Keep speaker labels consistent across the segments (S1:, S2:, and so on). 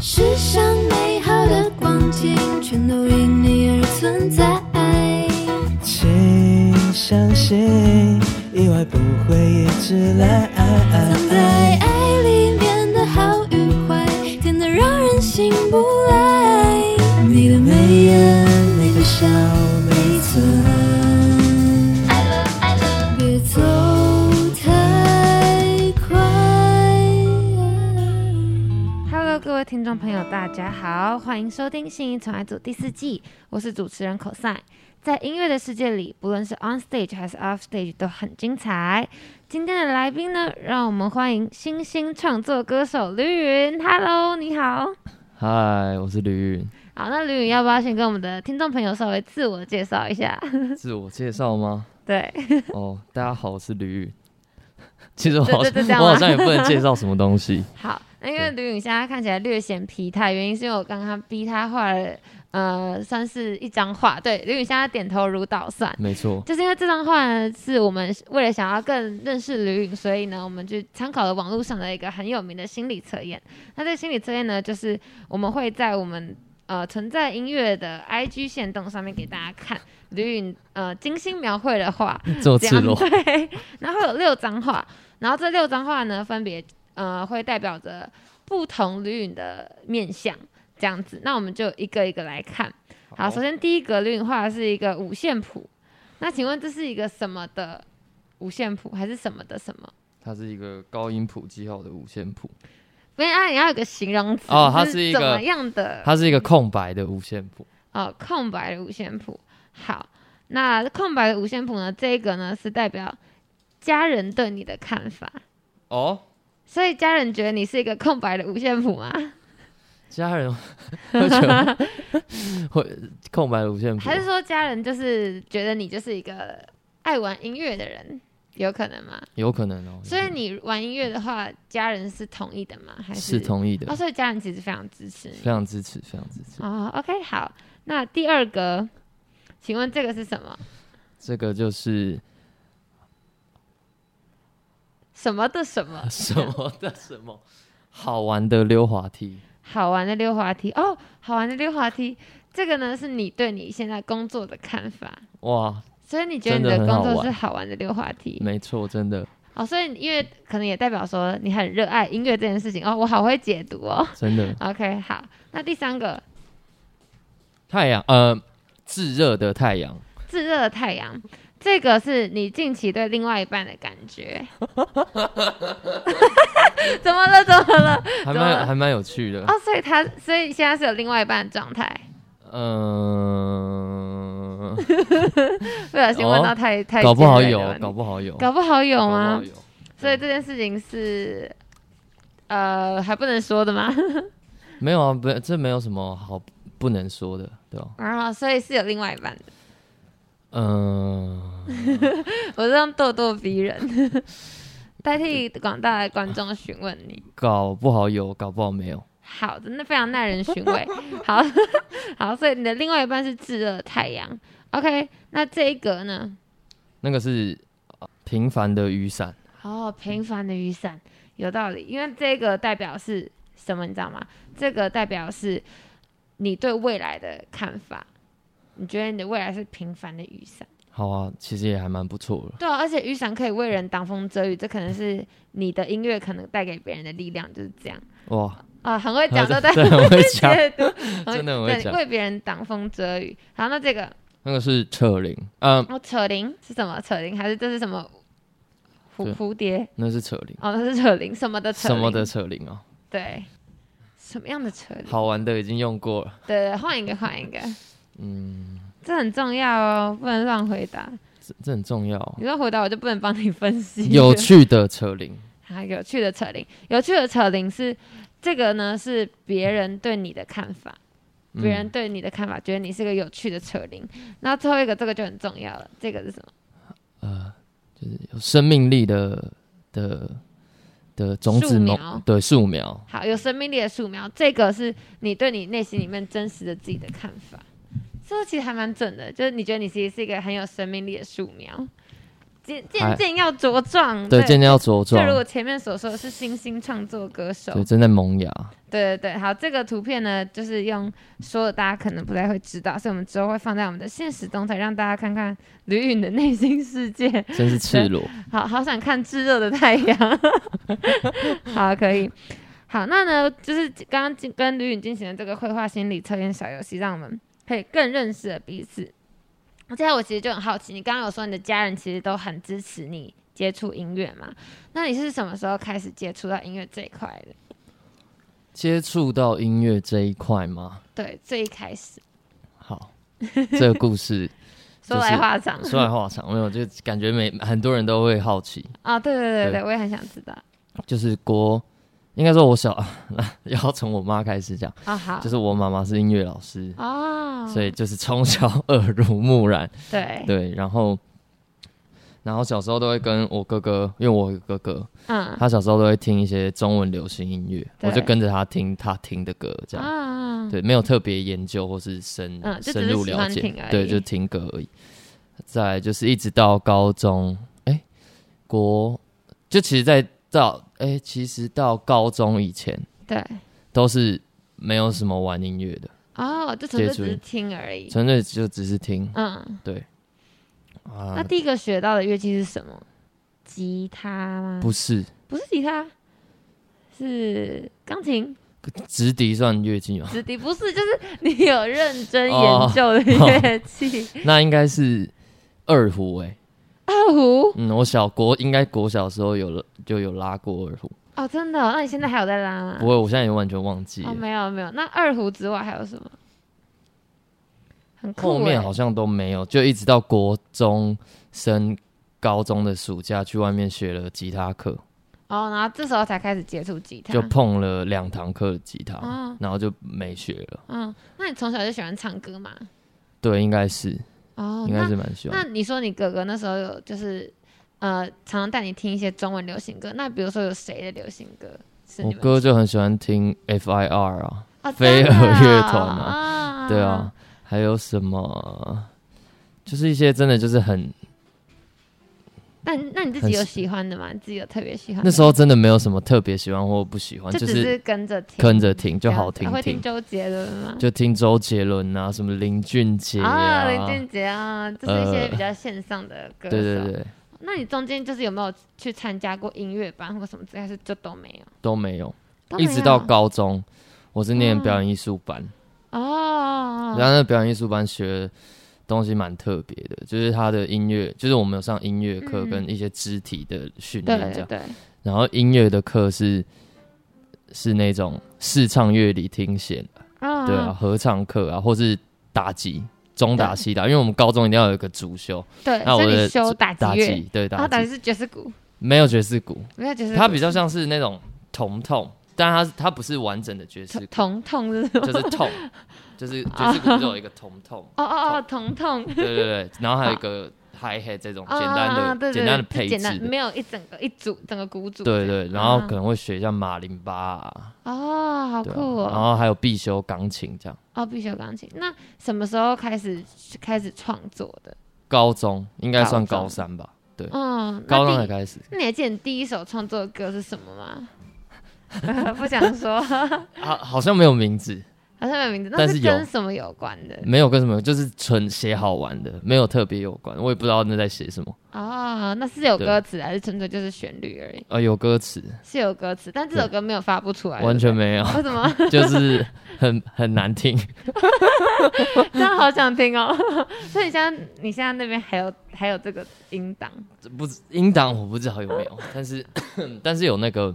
S1: 世上美好的光景全都因你而存在。
S2: 请相信，意外不会一直来。
S1: 藏在爱里面的好与坏，甜得让人醒不来。你的眉眼，你的笑，每寸。爱了爱了，别走太快。
S3: Hello，各位听众朋友，大家好，欢迎收听《信义宠爱组》第四季，我是主持人口赛。在音乐的世界里，不论是 on stage 还是 off stage 都很精彩。今天的来宾呢，让我们欢迎新兴创作歌手吕云。Hello，你好。
S4: 嗨，我是吕 云。
S3: 好，那吕云要不要先跟我们的听众朋友稍微自我介绍一下？
S4: 自我介绍吗？
S3: 对，
S4: 哦，大家好，我是吕云。 其实我好
S3: 对
S4: 像
S3: 对对这样吗
S4: 我好像也不能介绍什么 东西。
S3: 好，那因为吕允现在看起来略显疲态，原因是因为我刚刚逼他画了，呃，算是一张画。对，吕允现在点头如捣蒜，
S4: 没错，
S3: 就是因为这张画呢是我们为了想要更认识吕允，所以呢，我们就参考了网络上的一个很有名的心理测验。那这个心理测验呢，就是我们会在我们呃存在音乐的 IG 线动上面给大家看吕允呃精心描绘的画，
S4: 这
S3: 这
S4: 么赤
S3: 样
S4: 裸。
S3: 对， 然后有六张画，然后这六张画呢，分别呃会代表着不同吕允的面相，这样子。那我们就一个一个来看。好，首先第一格吕允画的是一个五线谱，那请问这是一个什么的五线谱，还是什么的什么？
S4: 它是一个高音谱记号的五线谱，
S3: 不是啊，你要有个形容词
S4: 哦它
S3: 就是
S4: 一
S3: 怎
S4: 个
S3: 么样的
S4: 它是一个空白的五线谱。
S3: 哦，空白的五线谱。好，那空白的五线谱呢？这个呢是代表家人对你的看法。
S4: 哦，
S3: 所以家人觉得你是一个空白的五线谱吗？
S4: 家人会觉得会空白的五线谱
S3: 还，是说家人就是觉得你就是一个爱玩音乐的人？有可能吗？
S4: 有可能哦。
S3: 所
S4: 有
S3: 以
S4: 可
S3: 你玩音乐的话，家人是同意的吗？还
S4: 能是同意的
S3: 哦，，所以家人其实非常支持
S4: 非
S3: 你。
S4: 常支持，非常支持。
S3: 哦，OK，好。那第二个，请问这个是什么？
S4: 这 个就是
S3: 什么的什么
S4: 什么的什么好玩的溜滑梯。
S3: 好玩的溜滑梯？哦，好玩的溜滑梯。这个呢是你对你现在工作的看法，
S4: 哇，
S3: 所以你觉得你
S4: 真的很
S3: 工
S4: 好
S3: 作
S4: 玩
S3: 是好玩的溜滑梯？
S4: 没错，真的，
S3: 哦，所以因为可能也代表说你很热爱音乐这件事情哦，我好会解读哦。
S4: 真的。
S3: OK，好，那第三个
S4: 太阳，呃，炙热的太 阳，
S3: 炙热的太阳，这个是你近期对另外一半的感觉， 怎么了？怎么了？
S4: 还
S3: 怎么了
S4: 蛮还蛮有趣的。
S3: 哦，所以他，所以现在是有另外一半的状态，
S4: 嗯、
S3: 不小心问到
S4: 哦
S3: 太、太
S4: 搞不好
S3: 尖锐的
S4: 有
S3: 问，题
S4: 搞不好有，
S3: 搞不好有
S4: 搞不
S3: 吗
S4: 好？有嗯
S3: 所以这件事情是呃还不能说的吗？
S4: 没有啊，不，这没有什么好不能说的，对吧？
S3: 然后所以是有另外一半的，
S4: 嗯、
S3: 我这样咄咄逼人， 代替广大的观众询问你。
S4: 搞不好有，搞不好没有。
S3: 好的，那非常耐人寻味。好好，所以你的另外一半是炙热的太阳。OK，那这一格呢？
S4: 那个是呃平凡的雨伞，
S3: 哦，平凡的雨伞有道理，因为这个代表是什么？你知道吗？这个代表是你对未来的看法。你觉得你的未来是平凡的雨伞？
S4: 好啊，其实也还蛮不错的。
S3: 对啊、而且雨伞可以为人挡风遮雨，这可能是你的音乐可能带给别人的力量，就是这样。
S4: 哇，
S3: 啊、很会 讲，对不
S4: 对，很会讲。
S3: 对？
S4: 真的很会
S3: 对，
S4: 讲
S3: 为别人挡风遮雨。好，那这个
S4: 那个是扯铃，嗯、
S3: 哦，扯铃是什么？扯铃还是这是什么？蝴
S4: 对
S3: 蝴蝶
S4: 那是扯铃，
S3: 哦，那是扯铃什么的扯
S4: 什
S3: 铃
S4: 么的扯铃啊？
S3: 对，什么样的扯铃？
S4: 好玩的已经用过了，
S3: 对，换一个，换一个，
S4: 嗯，
S3: 这很重要哦，不能乱回答。
S4: 这这很重要哦、
S3: 你乱回答，我就不能帮你分析。
S4: 有趣的扯铃，
S3: 啊，有趣的扯铃，有趣的扯铃是这个呢，是别人对你的看法，
S4: 嗯
S3: 别人对你的看法，觉得你是个有趣的扯铃。那最后一个，这个就很重要了，这个是什么？
S4: 有生命力的的的种子
S3: 树
S4: 萌
S3: 苗，
S4: 对树苗，
S3: 好，有生命力的树苗，这个是你对你内心里面真实的自己的看法。这个其实还蛮准的，就是你觉得你其实是一个很有生命力的树苗。渐渐渐要茁壮，
S4: 对，渐渐要茁
S3: 就如果
S4: 壮，
S3: 前面所说的是新兴创作歌手，
S4: 对，正在萌芽。
S3: 对对对，好，这个图片呢，就是用说的，大家可能不太会知道，所以我们之后会放在我们的现实动态，让大家看看吕允的内心世界。
S4: 真是赤裸。
S3: 好好想看炙热的太阳。 好，可以。好，那呢，就是刚刚进跟吕允进行的这个绘画心理测验小游戏，让我们可以更认识了彼此。接下来我其实就很好奇，你刚刚有说你的家人其实都很支持你接触音乐嘛？那你是什么时候开始接触到音乐这一块的？
S4: 接触到音乐这一块吗？
S3: 对，最一开始
S4: 好，这个故事
S3: 说来话长啊、
S4: 说来话长，没有，就感觉每很多人都会好奇，
S3: 啊对对对对，
S4: 对
S3: 我也很想知道
S4: 就是国，应该说我小， 要从我妈开始讲，
S3: 啊、好，
S4: 就是我妈妈是音乐老师，
S3: 哦，
S4: 所以就是从小耳濡目染，
S3: 对，
S4: 对，然后。然后小时候都会跟我哥哥，因为我有个哥哥，
S3: 嗯，
S4: 他小时候都会听一些中文流行音乐，
S3: 对
S4: 我就跟着他听他听的歌，这样。
S3: 啊，
S4: 对，没有特别研究或是深、
S3: 嗯就只
S4: 深
S3: 是
S4: 入
S3: 喜
S4: 了
S3: 欢
S4: 解
S3: 听而，
S4: 对，
S3: 已
S4: 就听歌而已。再来就是一直到高中，哎、国就其实在到哎、其实到高中以前
S3: 对，
S4: 都是没有什么玩音乐的，
S3: 哦，就纯粹
S4: 接触
S3: 只是听而已，
S4: 纯粹就只是听
S3: 嗯，那
S4: 啊，
S3: 第一个学到的乐器是什么？吉他吗？
S4: 不是
S3: 不是吉他，是钢琴。
S4: 直笛算乐器吗？
S3: 直笛不是，就是你有认真研
S4: 哦
S3: 究的乐器。
S4: 那应该是二胡哎、
S3: 二胡
S4: 嗯，我小国应该国小的时候有了就有拉过二胡，
S3: 哦，真的哦、那你现在还有在拉吗哦
S4: 不？过我现在也完全忘记了，
S3: 啊哦，没有没有。那二胡之外还有什么？很酷、欸。
S4: 后面好像都没有，就一直到国中升高中的暑假去外面学了吉他课，
S3: 哦，然后这时候才开始接触吉他。
S4: 就碰了两堂课的吉他，
S3: 嗯
S4: 然后就没学了。
S3: 嗯，那你从小就喜欢唱歌吗？
S4: 对，应该是，
S3: 哦，
S4: 应该
S3: 那
S4: 是蛮喜
S3: 那
S4: 欢。
S3: 你说你哥哥那时候有就是呃，常常带你听一些中文流行歌，那比如说有谁的流行歌是
S4: 我
S3: 你们
S4: 哥就很喜欢听 FIR 啊，
S3: 啊真
S4: 飞
S3: 的
S4: 儿乐
S3: 哦
S4: 团
S3: 啊
S4: 对啊，，还有什么，就是一些真的就是很
S3: 那你那你自
S4: 很
S3: 己有
S4: 喜
S3: 喜欢的吗？你自己有特别喜欢的？
S4: 那时候真的没有什么特别喜欢或不喜欢，
S3: 就
S4: 就
S3: 只
S4: 是
S3: 是跟着听，
S4: 跟着听
S3: 这
S4: 就
S3: 样
S4: 好
S3: 子
S4: 听
S3: 会
S4: 听
S3: 听，周杰伦吗？
S4: 就听周杰伦啊，什么林俊杰
S3: 啊，
S4: 啊，
S3: 林俊杰啊，就是一些
S4: 呃
S3: 比较线上的歌手。
S4: 对对对，
S3: 那你中间就是有没有去参加过音乐班或什么之类，还是就都没有？
S4: 都没有。
S3: 都没
S4: 一
S3: 有
S4: 直到高中，我是念表演艺术班，
S3: 哦，
S4: 然后那表演艺术班学的东西蛮特别的，就是他的音乐，就是我们有上音乐课
S3: 嗯
S4: 跟一些肢体的训
S3: 对
S4: 练这
S3: 对
S4: 样，
S3: 对，
S4: 然后音乐的课是是那种视唱乐理听写，
S3: 啊
S4: 对啊，合唱课啊，或是打击。中打西打，因为我们高中一定要有一个主修，
S3: 对，
S4: 那我
S3: 所以
S4: 的
S3: 你修打击
S4: 打
S3: 乐，
S4: 击对
S3: 然后
S4: 打
S3: 打
S4: 击
S3: 击是爵士鼓，
S4: 没有爵士鼓，
S3: 没有爵士鼓，
S4: 它比较像是那种铜痛，但它它不是完整的爵士鼓，
S3: 疼痛是什么？
S4: 就是 痛，就是爵士鼓就有一个铜痛，
S3: 哦哦哦，疼痛，
S4: 对对对，然后还有一个 hi hat 这种
S3: 啊
S4: 简
S3: 啊啊
S4: 单
S3: 对对
S4: 的简单的
S3: 就
S4: 配
S3: 简单
S4: 置，
S3: 没有一整个一组整个鼓组，
S4: 对对，然后可
S3: 啊
S4: 能会学一下马林巴啊，
S3: 哦，好
S4: 对
S3: 酷
S4: 啊，然
S3: 哦，
S4: 后还有必修钢琴这样。
S3: 哦，必修钢琴。那什么时候开始开始创作的？
S4: 高中应该算
S3: 高中
S4: 高三吧，对，
S3: 嗯，那
S4: 高中才
S3: 第
S4: 开始
S3: 那你还记得你第一首创作的歌是什么吗？ 不想说，
S4: 啊，好像没有名字，
S3: 好像没有名字。那
S4: 但是
S3: 是
S4: 有嗯
S3: 跟什么有关的？
S4: 没有跟什么，就是纯写好玩的，没有特别有关，我也不知道那在写什么
S3: 哦，那是有
S4: 对
S3: 歌词还是纯粹就是旋律而已？
S4: 啊，有歌词
S3: 是有歌词，但这首歌没有发布出来，
S4: 完全没有，
S3: 对不对。为什么？
S4: 就是很很难听，
S3: 真的好想听哦！ 所以你现在你现在那边还有还有这个音档
S4: 这不知音档我不知道有没有，但是 但是有那个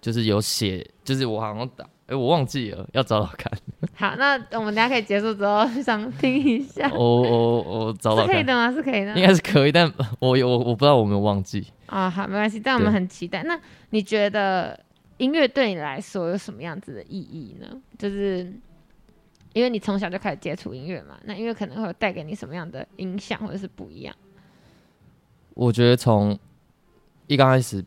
S4: 就是有写，就是我好像打，哎、我忘记了，要找找 看，
S3: 好，那我们大家可以结束之后 想听一下，
S4: 我我我找找
S3: 是可以
S4: 看，
S3: 的吗？是可以的吗
S4: 应。该是可以，但我有我我不知道我有没有忘记。
S3: 啊、好，没关系，但我们
S4: 对
S3: 很期待。那你觉得音乐对你来说有什么样子的意义呢？就是因为你从小就开始接触音乐嘛，那音乐可能会有带给你什么样的影响，或者是不一样？
S4: 我觉得从一刚开始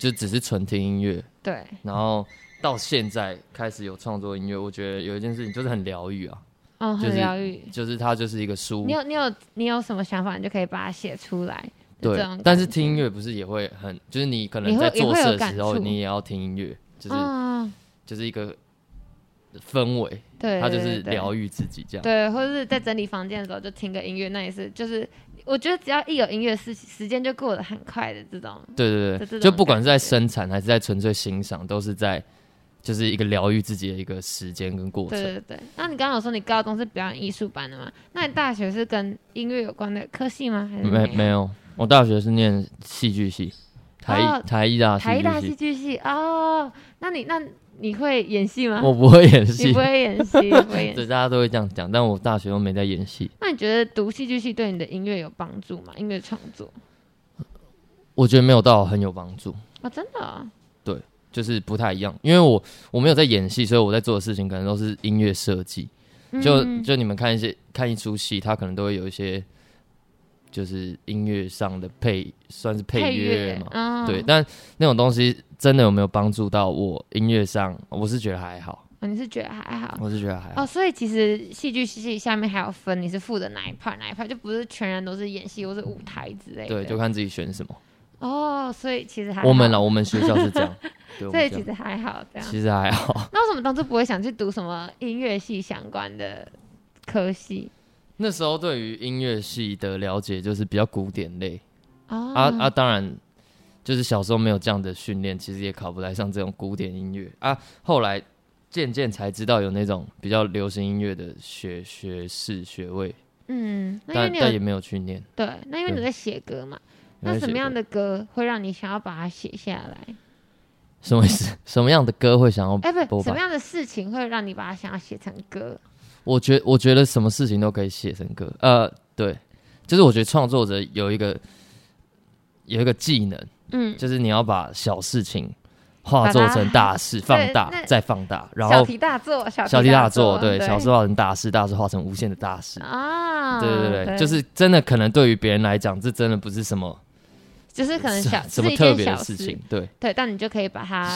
S4: 就只是纯听音乐，
S3: 对，
S4: 然后到现在开始有创作音乐，我觉得有一件事情就是很疗愈啊，
S3: 哦，
S4: 就
S3: 很
S4: 是
S3: 疗愈。
S4: 就是它就是一个书
S3: 你，有你有你有什么想法，你就可以把它写出来，就这
S4: 对
S3: 种感觉，
S4: 但是听音乐不是也会很，就是你可
S3: 你
S4: 能
S3: 会
S4: 在
S3: 也
S4: 做
S3: 会有
S4: 事的
S3: 感
S4: 时候，
S3: 触
S4: 你也要听音乐，就是、
S3: 嗯，
S4: 就是一个氛围，
S3: 对，
S4: 它就
S3: 对
S4: 是
S3: 对
S4: 疗愈自啊己这样。
S3: 对，或者是在整理房间的时候就听个音乐，那也是就是我觉得只要一有音乐，时时间就过得很快的这种。
S4: 对对
S3: 就这种
S4: 对，就不管是在
S3: 感觉
S4: 生产还是在纯粹欣赏，都是在就是一个疗愈自己的一个时间跟过
S3: 对
S4: 程。
S3: 对对。那你刚刚有说你高中是表演艺术班的嘛？那你大学是跟音乐有关的科系吗？还是
S4: 没没有，我大学是念戏剧系，台艺、
S3: 哦
S4: 台艺大
S3: 台
S4: 啊戏
S3: 艺大戏
S4: 剧系，
S3: 剧系哦。那你那你会演戏吗？
S4: 我不会演
S3: 你
S4: 戏
S3: 不，会演戏，不会演
S4: 对
S3: 戏。
S4: 大家都会这样讲，但我大学又没在演戏。
S3: 那你觉得读戏剧系对你的音乐有帮助吗？音乐创作
S4: 我觉得没有到很有帮助，
S3: 哦，真的哦、
S4: 就是不太一样，因为我我没有在演戏，所以我在做的事情可能都是音乐设计。就
S3: 嗯
S4: 就你们看一些看一出戏，它可能都会有一些就是音乐上的配，算是配乐嘛，
S3: 嗯、
S4: 对。但那种东西真的有没有帮助到我音乐上？我是觉得还好，
S3: 哦你是觉得还好？
S4: 我是觉得还好。
S3: 哦，所以其实戏剧系下面还有分，你是负责哪一 part 哪一 part，就不是全然都是演戏或是舞台之类的。
S4: 嗯对，就看自己选什么。
S3: 哦，所以其实还好
S4: 我们啦，，我们学校是这样，对，我
S3: 所以
S4: 们这
S3: 其
S4: 样
S3: 实还好这样。
S4: 其实还好。
S3: 那为什么当初不会想去读什么音乐系相关的科系？
S4: 那时候对于音乐系的了解就是比较古典类，
S3: 哦，
S4: 啊啊，当然，就是小时候没有这样的训练，其实也考不来上这种古典音乐啊。后来渐渐才知道有那种比较流行音乐的学学士学位，
S3: 嗯，那因为
S4: 但
S3: 你
S4: 但也
S3: 有
S4: 没有去念。
S3: 对，那因为你
S4: 对
S3: 在写歌嘛，
S4: 没
S3: 那
S4: 有
S3: 什
S4: 写
S3: 么样
S4: 过
S3: 的歌会让你想要把它写下来？
S4: 什么意思？ 什么样的歌会想要？
S3: 哎，不
S4: 播
S3: 是，什
S4: 吧
S3: 么样的事情会让你把它想要写成歌？
S4: 我觉我觉得什么事情都可以写成歌。呃，对，就是我觉得创作者有一个有一个技能，
S3: 嗯，
S4: 就是你要把小事情化
S3: 把
S4: 作
S3: 它
S4: 成大事，放
S3: 对
S4: 大
S3: 那
S4: 再放大，然
S3: 小
S4: 后
S3: 题大做，小
S4: 小
S3: 题
S4: 题大
S3: 做，嗯
S4: 做，对，小事化成大事，大事化成无限的大事。
S3: 啊，
S4: 对对对，就是真的可能对于别人来讲，这真的不是什么
S3: 就是可能
S4: 什
S3: 嗯小
S4: 什么
S3: 是一
S4: 特
S3: 件
S4: 别的
S3: 小
S4: 事
S3: 事
S4: 情，，对，
S3: 对，但你就可以把它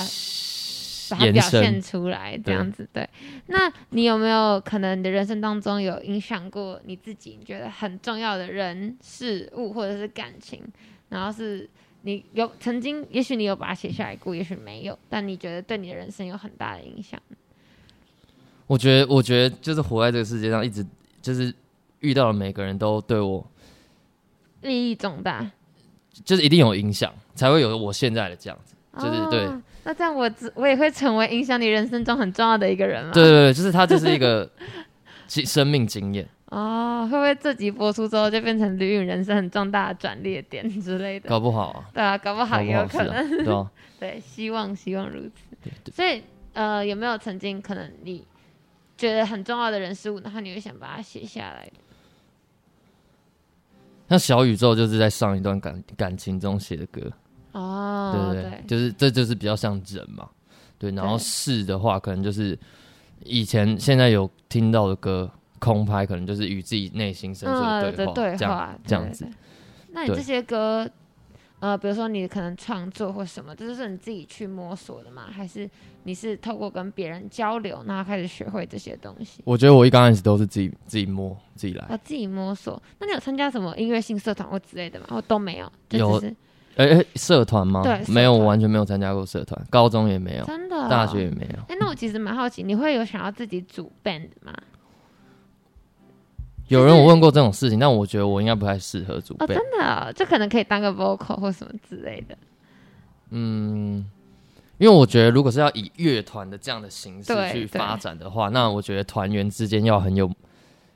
S3: 把它
S4: 延
S3: 表现
S4: 伸。
S3: 出来，这
S4: 对
S3: 样子对。那你有没有可能你的人生当中有影响过你自己？你觉得很重要的人、事物或者是感情，然后是你有曾经，也许你有把它写下来过，也许没有，但你觉得对你的人生有很大的影响？
S4: 我觉得，我觉得就是活在这个世界上，一直就是遇到的每个人都对我，
S3: 利益重大，
S4: 就是一定有影响，才会有我现在的这样子。就是
S3: 哦
S4: 对。
S3: 那这样我只我也会成为影响你人生中很重要的一个人吗？
S4: 对对对，就是它就是一个 经生命经验，
S3: 哦，会不会这集播出之后就变成吕允人生很重大的转捩点之类的？
S4: 搞不好啊，
S3: 对啊，搞 不好
S4: 搞不
S3: 也有
S4: 好是
S3: 可
S4: 啊
S3: 能。，
S4: 对啊。
S3: 对，希望希望如此。
S4: 对
S3: 所以呃，有没有曾经可能你觉得很重要的人事物，然后你会想把它写下来？
S4: 那小宇宙就是在上一段感感情中写的歌，
S3: 哦，
S4: 对对对，就是这就是比较像人嘛，对。然后
S3: 对
S4: 事的话，可能就是以前现在有听到的歌，空拍可能就是与自己内心深处
S3: 嗯
S4: 的
S3: 的
S4: 话，
S3: 对
S4: 这样
S3: 话
S4: 这样。
S3: 对
S4: 子
S3: 对那你
S4: 对
S3: 这些歌，呃，比如说你可能创作或什么，这就是你自己去摸索的吗？还是你是透过跟别人交流，然后开始学会这些东西？
S4: 我觉得我一刚开始都是自己自己摸自己
S3: 我
S4: 来，
S3: 自己摸索。那你有参加什么音乐性社团或之类的吗？我都没有，就
S4: 有
S3: 只是
S4: 哎、哎，社团吗？
S3: 对社团
S4: 没有，我完全没有参加过社团，高中也没有，
S3: 真的哦
S4: 大学也没有。
S3: 哎、那我其实蛮好奇，你会有想要自己组 band 吗？
S4: 有人我问过这种事情，但我觉得我应该不太适合组
S3: 哦，
S4: 备。
S3: 真的哦、就可能可以当个 vocal 或什么之类的。
S4: 嗯，因为我觉得如果是要以乐团的这样的形式
S3: 对
S4: 去
S3: 对
S4: 发展的话，那我觉得团员之间要很有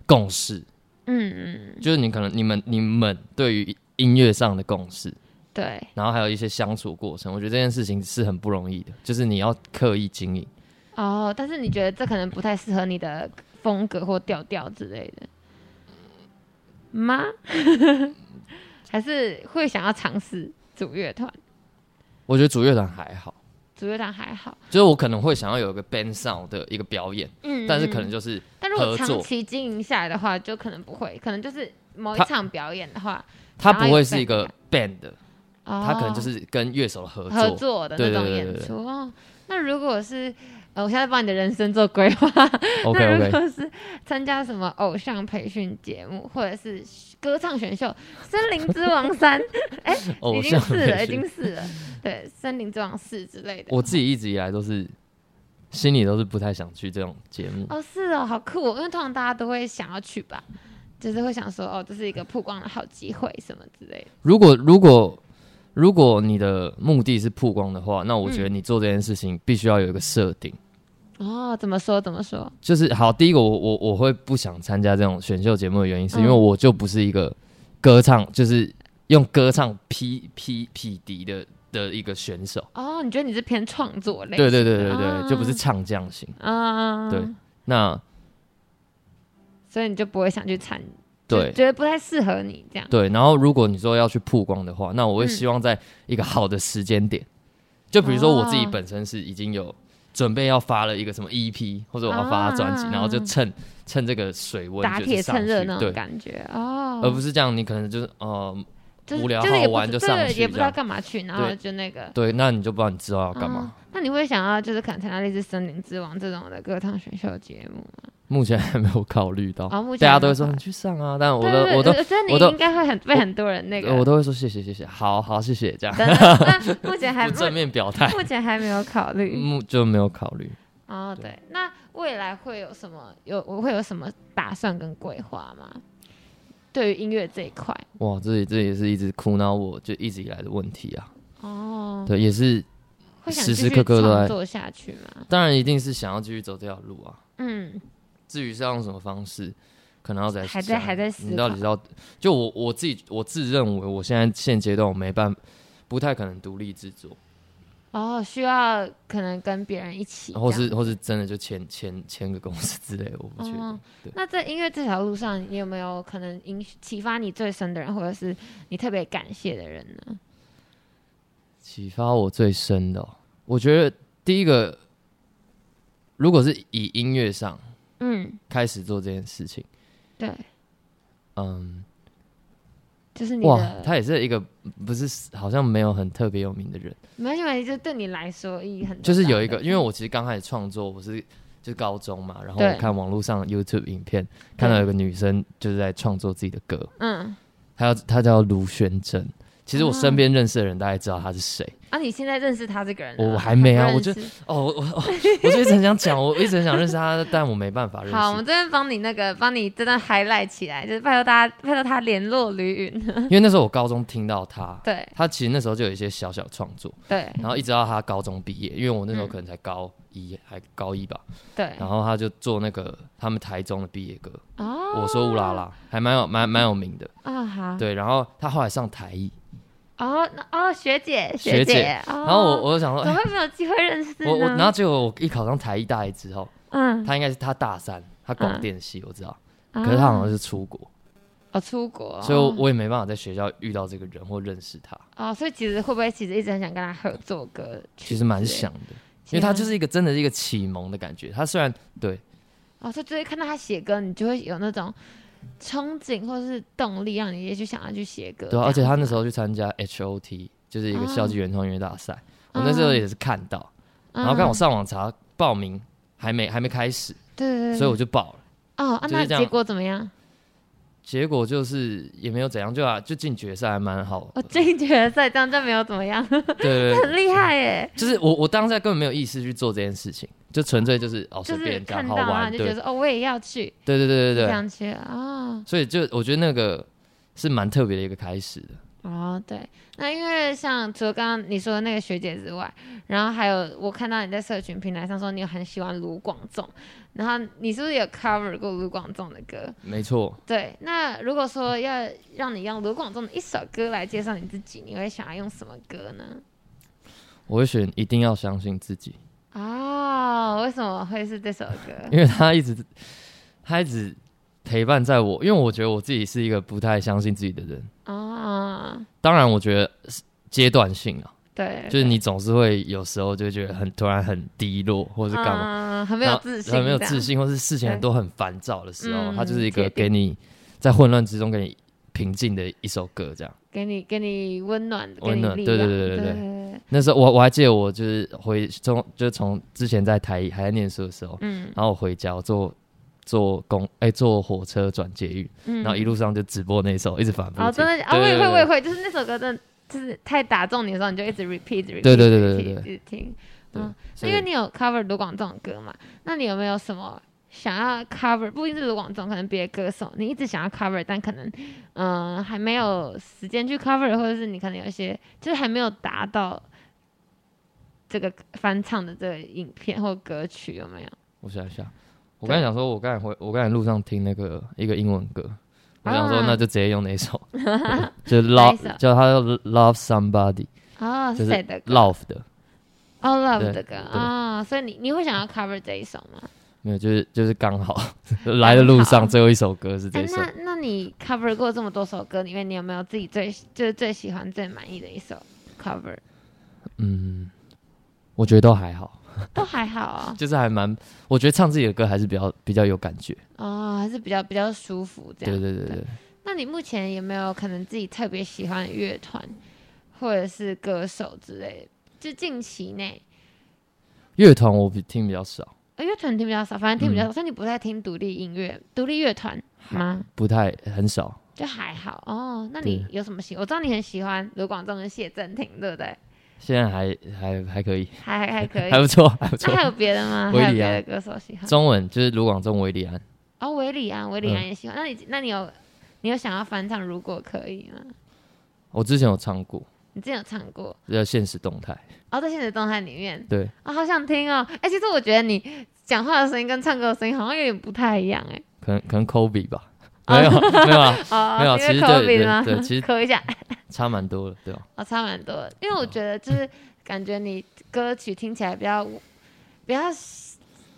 S4: 共识，
S3: 嗯，嗯，
S4: 就是你可能你们你们对于音乐上的共识，
S3: 对，
S4: 然后还有一些相处过程，我觉得这件事情是很不容易的，就是你要刻意经营。
S3: 哦，但是你觉得这可能不太适合你的风格或调调之类的吗？ 还是会想要尝试组乐团？
S4: 我觉得主乐团还好，
S3: 组乐团还好，
S4: 就是我可能会想要有一个 band sound 的一个表演，
S3: 嗯，
S4: 但是可能
S3: 嗯，
S4: 就是
S3: 但如果
S4: 合作
S3: 长期经营下来的话，就可能不会，可能就是某一
S4: 他
S3: 场表演的话，
S4: 它
S3: 然后
S4: 不
S3: 有
S4: 会是一
S3: band
S4: 个 band，的
S3: 哦、
S4: 它可能就是跟乐手的合
S3: 合
S4: 作。
S3: 作的
S4: 对
S3: 那
S4: 对
S3: 种
S4: 对对
S3: 演
S4: 对
S3: 出哦。那如果是呃，我现在帮你的人生做规划。
S4: OK
S3: 那如
S4: OK，
S3: 果是参加什么偶像培训节目，或者是歌唱选秀，《森林之王三》已
S4: 偶
S3: 经
S4: 像
S3: 是了，
S4: 培
S3: 已经
S4: 训
S3: 是了，对，《森林之王四》之类的。
S4: 我自己一直以来都是心里都是不太想去这种节目。
S3: 哦，是哦，好酷、哦！因为通常大家都会想要去吧，就是会想说，哦，这是一个曝光的好机会什么之类的。
S4: 如果如果如果你的目的是曝光的话，那我
S3: 嗯
S4: 觉得你做这件事情必须要有一个设定。
S3: 哦，怎么说？怎么说？
S4: 就是好，第一个我我我会不想参加这种选秀节目的原因，是因为
S3: 嗯
S4: 我就不是一个歌唱，就是用歌唱匹匹匹敌的的一个选手。
S3: 哦，你觉得你是偏创作类？
S4: 对对对对对，
S3: 啊
S4: 就不是唱将型。
S3: 嗯，
S4: 对，那
S3: 所以你就不会想去参，就
S4: 对
S3: 觉得不太适合你这样。
S4: 对，然后如果你说要去曝光的话，那我会
S3: 嗯
S4: 希望在一个好的时间点，就比如说我自己
S3: 哦
S4: 本身是已经有准备要发了一个什么 EP，或者我要发专辑，
S3: 啊
S4: 然后就趁趁这个水温
S3: 打
S4: 就是
S3: 铁
S4: 上
S3: 趁热
S4: 去
S3: 那种
S4: 对，
S3: 感觉哦，
S4: 而不是这样，你可能就是呃
S3: 就是
S4: 无聊
S3: 就是也
S4: 好玩
S3: 不
S4: 就
S3: 知
S4: 上
S3: 对
S4: 去
S3: 也不知
S4: 这
S3: 道
S4: 样
S3: 干嘛去，然后
S4: 对
S3: 就那个
S4: 对，那你就不知道你知道要干嘛。
S3: 啊那你会想要就是可能参加类似《森林之王》这种的歌唱选秀节目吗？
S4: 目前还没有考虑到，
S3: 啊目前
S4: 大家
S3: 还没
S4: 都会
S3: 有
S4: 说
S3: 考
S4: 你去上啊，但我
S3: 对
S4: 都
S3: 对
S4: 我
S3: 对
S4: 都
S3: 我觉得你
S4: 我都
S3: 应该会很被
S4: 我
S3: 很多人那个。
S4: 我都会说谢谢谢谢，好好谢谢这样，
S3: 等等 那目前还
S4: 不正
S3: 目
S4: 面嗯表态，
S3: 目前还没有考虑。
S4: 目就没有考虑。
S3: 哦，对，那未来会有什么有我会有什么打算跟规划吗？对于音乐这一块，
S4: 哇，这也这也是一直苦恼我就一直以来的问题啊。
S3: 哦，
S4: 对，也是
S3: 会想
S4: 时
S3: 继
S4: 时
S3: 续
S4: 刻刻都
S3: 创
S4: 在
S3: 作下去吗？
S4: 当然一定是想要继续走这条路啊。
S3: 嗯，
S4: 至于是要用什么方式，可能要再
S3: 还在
S4: 想
S3: 还在思考
S4: 你到底要就我我自己我自认为我现在现阶段我没办不太可能独立制作，
S3: 哦，需要可能跟别人一起这样，
S4: 或是或是真的就签签签个公司之类的，我不确定。
S3: 哦
S4: 对，
S3: 那在音乐这条路上，你有没有可能影启发你最深的人，或者是你特别感谢的人呢？
S4: 启发我最深的哦、我觉得第一个，如果是以音乐上
S3: 嗯，
S4: 开始做这件事情，
S3: 对，
S4: 嗯，
S3: 就是你
S4: 哇，
S3: 的，
S4: 他也是一个不是好像没有很特别有名的人，
S3: 没关系，没关系，就对你来说意义很大的，嗯
S4: 就是有一个，因为我其实刚开始创作，我是就是高中嘛，然后
S3: 对
S4: 我看网络上 YouTube 影片，看到有个女生就是在创作自己的歌，
S3: 嗯，
S4: 她叫她叫卢轩珍。其实我身边认识的人大概知道她是谁，
S3: 啊，你现在认识他这个人了吗，
S4: 我我还没啊
S3: 还不
S4: 我就
S3: 认识
S4: 哦，我我 我我就一直很想讲，我一直很想认识她，但我没办法认
S3: 好，我们
S4: 识，
S3: 这边帮你那个，帮你这段 highlight 起来，就是拜托大家，拜托他联络吕云，
S4: 因为那时候我高中听到她，
S3: 对
S4: 她其实那时候就有一些小小创作，
S3: 对
S4: 然后一直到她高中毕业，因为我那时候
S3: 嗯
S4: 可能才高一还高一吧，
S3: 对，
S4: 然后她就做那个他们台中的毕业歌，
S3: 哦，
S4: 我说乌拉拉，还蛮有蛮蛮有名的。
S3: 啊好，
S4: 对，然后他后来上台艺，
S3: 哦那哦学姐
S4: 学姐
S3: 姐，
S4: 然
S3: 然
S4: 后我我就想说，
S3: 哦怎么
S4: 哎，
S3: 会没有机会认识呢？
S4: 我我，然后结果我一考上台艺大一之后，
S3: 嗯，
S4: 他应该是他大三，他广电系我知道，
S3: 可
S4: 可是他好像是出国，
S3: 哦出国，
S4: 所以我我也没办法在学校遇到这个人或认识他，
S3: 哦，所以其实会不会其实一直很想跟他合作歌曲？
S4: 其实蛮想的，
S3: 啊
S4: 因为他就是一个真的是一个启蒙的感觉。他虽然对
S3: 哦，所以就是看到他写歌，你就会有那种憧憬或是动力，让你也去想要去写歌。
S4: 对啊，而且
S3: 这样
S4: 他那时候去参加 HOT，就是一个
S3: 哦
S4: 校际原创音乐大赛，我那时候也是看到，
S3: 嗯
S4: 然后刚我上网查报名还没还没开始，
S3: 嗯对对对，
S4: 所以我
S3: 对
S4: 就报了。
S3: 哦，啊
S4: 就是
S3: 那
S4: 这样
S3: 结果怎么样？
S4: 结果就是也没有怎样，就啊就进决赛还蛮好
S3: 我
S4: 的。
S3: 进决赛，这样就没有怎么样，
S4: 对对对，
S3: 很厉害耶！
S4: 就是我我当下根本没有意识去做这件事情，就纯粹就是哦随
S3: 就是
S4: 便
S3: 看
S4: 讲
S3: 到
S4: 好
S3: 然后
S4: 玩，
S3: 你
S4: 对
S3: 就觉
S4: 对
S3: 得哦，我也要去，
S4: 对对
S3: 就
S4: 对
S3: 这
S4: 对，
S3: 样去啊。哦
S4: 所以就我觉得那个是蛮特别的一个开始的。
S3: 哦，对，那因为像除了刚刚你说的那个学姐之外，然后还有我看到你在社群平台上说你很喜欢卢广仲，然后你是不是有 cover 过卢广仲的歌？
S4: 没错，
S3: 对，那如果说要让你用卢广仲的一首歌来介绍你自己，你会想要用什么歌呢？
S4: 我会选一定要相信自己，
S3: 哦，为什么会是这首歌？
S4: 因为他一直他一直陪伴在我，因为我觉得我自己是一个不太相信自己的人。
S3: 哦，
S4: 当然，我觉得是阶段性啊，
S3: 对，
S4: 就是你总是会有时候就觉得很突然很低落，或者是干嘛。
S3: 嘛？嗯很没
S4: 然
S3: 有
S4: 后
S3: 自信，
S4: 很没有自。信，或是事情很多很烦躁的时候，
S3: 嗯
S4: 它就是一个
S3: 铁定
S4: 给你在混乱之中给你平静的一首歌，这样。
S3: 给你给你温暖，给
S4: 温
S3: 你
S4: 暖
S3: 力量。
S4: 对对
S3: 对
S4: 对对对
S3: 对
S4: 那时候我我还记得我就是回从就从之前在台一还在念书的时候，
S3: 嗯
S4: 然后我回家我坐坐公哎、坐火车转捷运，
S3: 嗯，
S4: 然后一路上就直播那首，一直反复听。
S3: 哦，真的啊，
S4: 对
S3: 我也会，我也。
S4: 对对
S3: 会，就是那首歌真的就是太打中你的时候，你就一直 repeat，repeat，
S4: 对对对对对
S3: repeat，一直听。
S4: 对
S3: 嗯那
S4: 所以
S3: 因为你有 cover 卢广仲的歌嘛，那你有没有什么想要 cover？不一定是卢广仲，可能别的歌手，你一直想要 cover，但可能嗯、呃还没有时间去 cover，或者是你可能有一些就是还没有达到这个翻唱的这个影片或歌曲，有没有？
S4: 我想一下，我刚才想说，我刚才回我刚才路上听那个一个英文歌，我想说
S3: 啊
S4: 那就直接用那 一首，对就
S3: 哪一
S4: love
S3: 首
S4: 叫它 love somebody，
S3: 哦，
S4: 就是是
S3: 谁的歌
S4: love 的，
S3: 哦，Love
S4: 对
S3: 的歌
S4: 对
S3: 啊、哦，所以你你会想要 cover 这一首吗？
S4: 没有，就是就是刚好来的路
S3: 刚好
S4: 上最后一首歌是这
S3: 哎，
S4: 一首，
S3: 那那你 cover 过这么多首歌里面，你有没有自己最就是最喜欢、最满意的一首 cover？
S4: 嗯，我觉得都还好，
S3: 都还好啊、
S4: 就是还蛮，我觉得唱自己的歌还是比较比较有感觉，
S3: 哦，还是比较比较舒服这样。
S4: 对对对对。
S3: 那你目前有没有可能自己特别喜欢的乐团或者是歌手之类的？就近期内，
S4: 乐团我比听比较少，
S3: 呃，乐团听比较少，反正听比
S4: 嗯
S3: 较少，所以你不太听独立音乐、独立乐团吗？
S4: 不太很少，
S3: 就还好哦。那你有什么喜？我知道你很喜欢卢广仲跟谢震廷，对不对？
S4: 现在还还还可以，
S3: 还还还可以
S4: 还。不错，还不错
S3: 那。还有别的吗？
S4: 维
S3: 还有
S4: 里
S3: 别
S4: 安
S3: 的歌手喜欢？
S4: 中文就是卢广仲、韦礼安，
S3: 哦，韦礼安，韦礼安
S4: 嗯
S3: 也喜欢。那你那你有你有想要翻唱《如果可以》吗？
S4: 我之前有唱过，
S3: 你之前有唱过
S4: 叫现实动态，
S3: 哦，在现实动态里面
S4: 对，
S3: 啊、好想听哦。哎、其实我觉得你讲话的声音跟唱歌的声音好像有点不太一样哎。
S4: 可能可能 Kobe 吧，没有没有啊，
S3: 哦，
S4: 没有
S3: 是
S4: 其
S3: 因
S4: 实
S3: 为
S4: 对
S3: COVID
S4: 对
S3: 吗？
S4: 对其实
S3: 咳一下，
S4: 差蛮多的，对啊吧？
S3: 哦，差蛮多的。因为我觉得就是感觉你歌曲听起来比较比较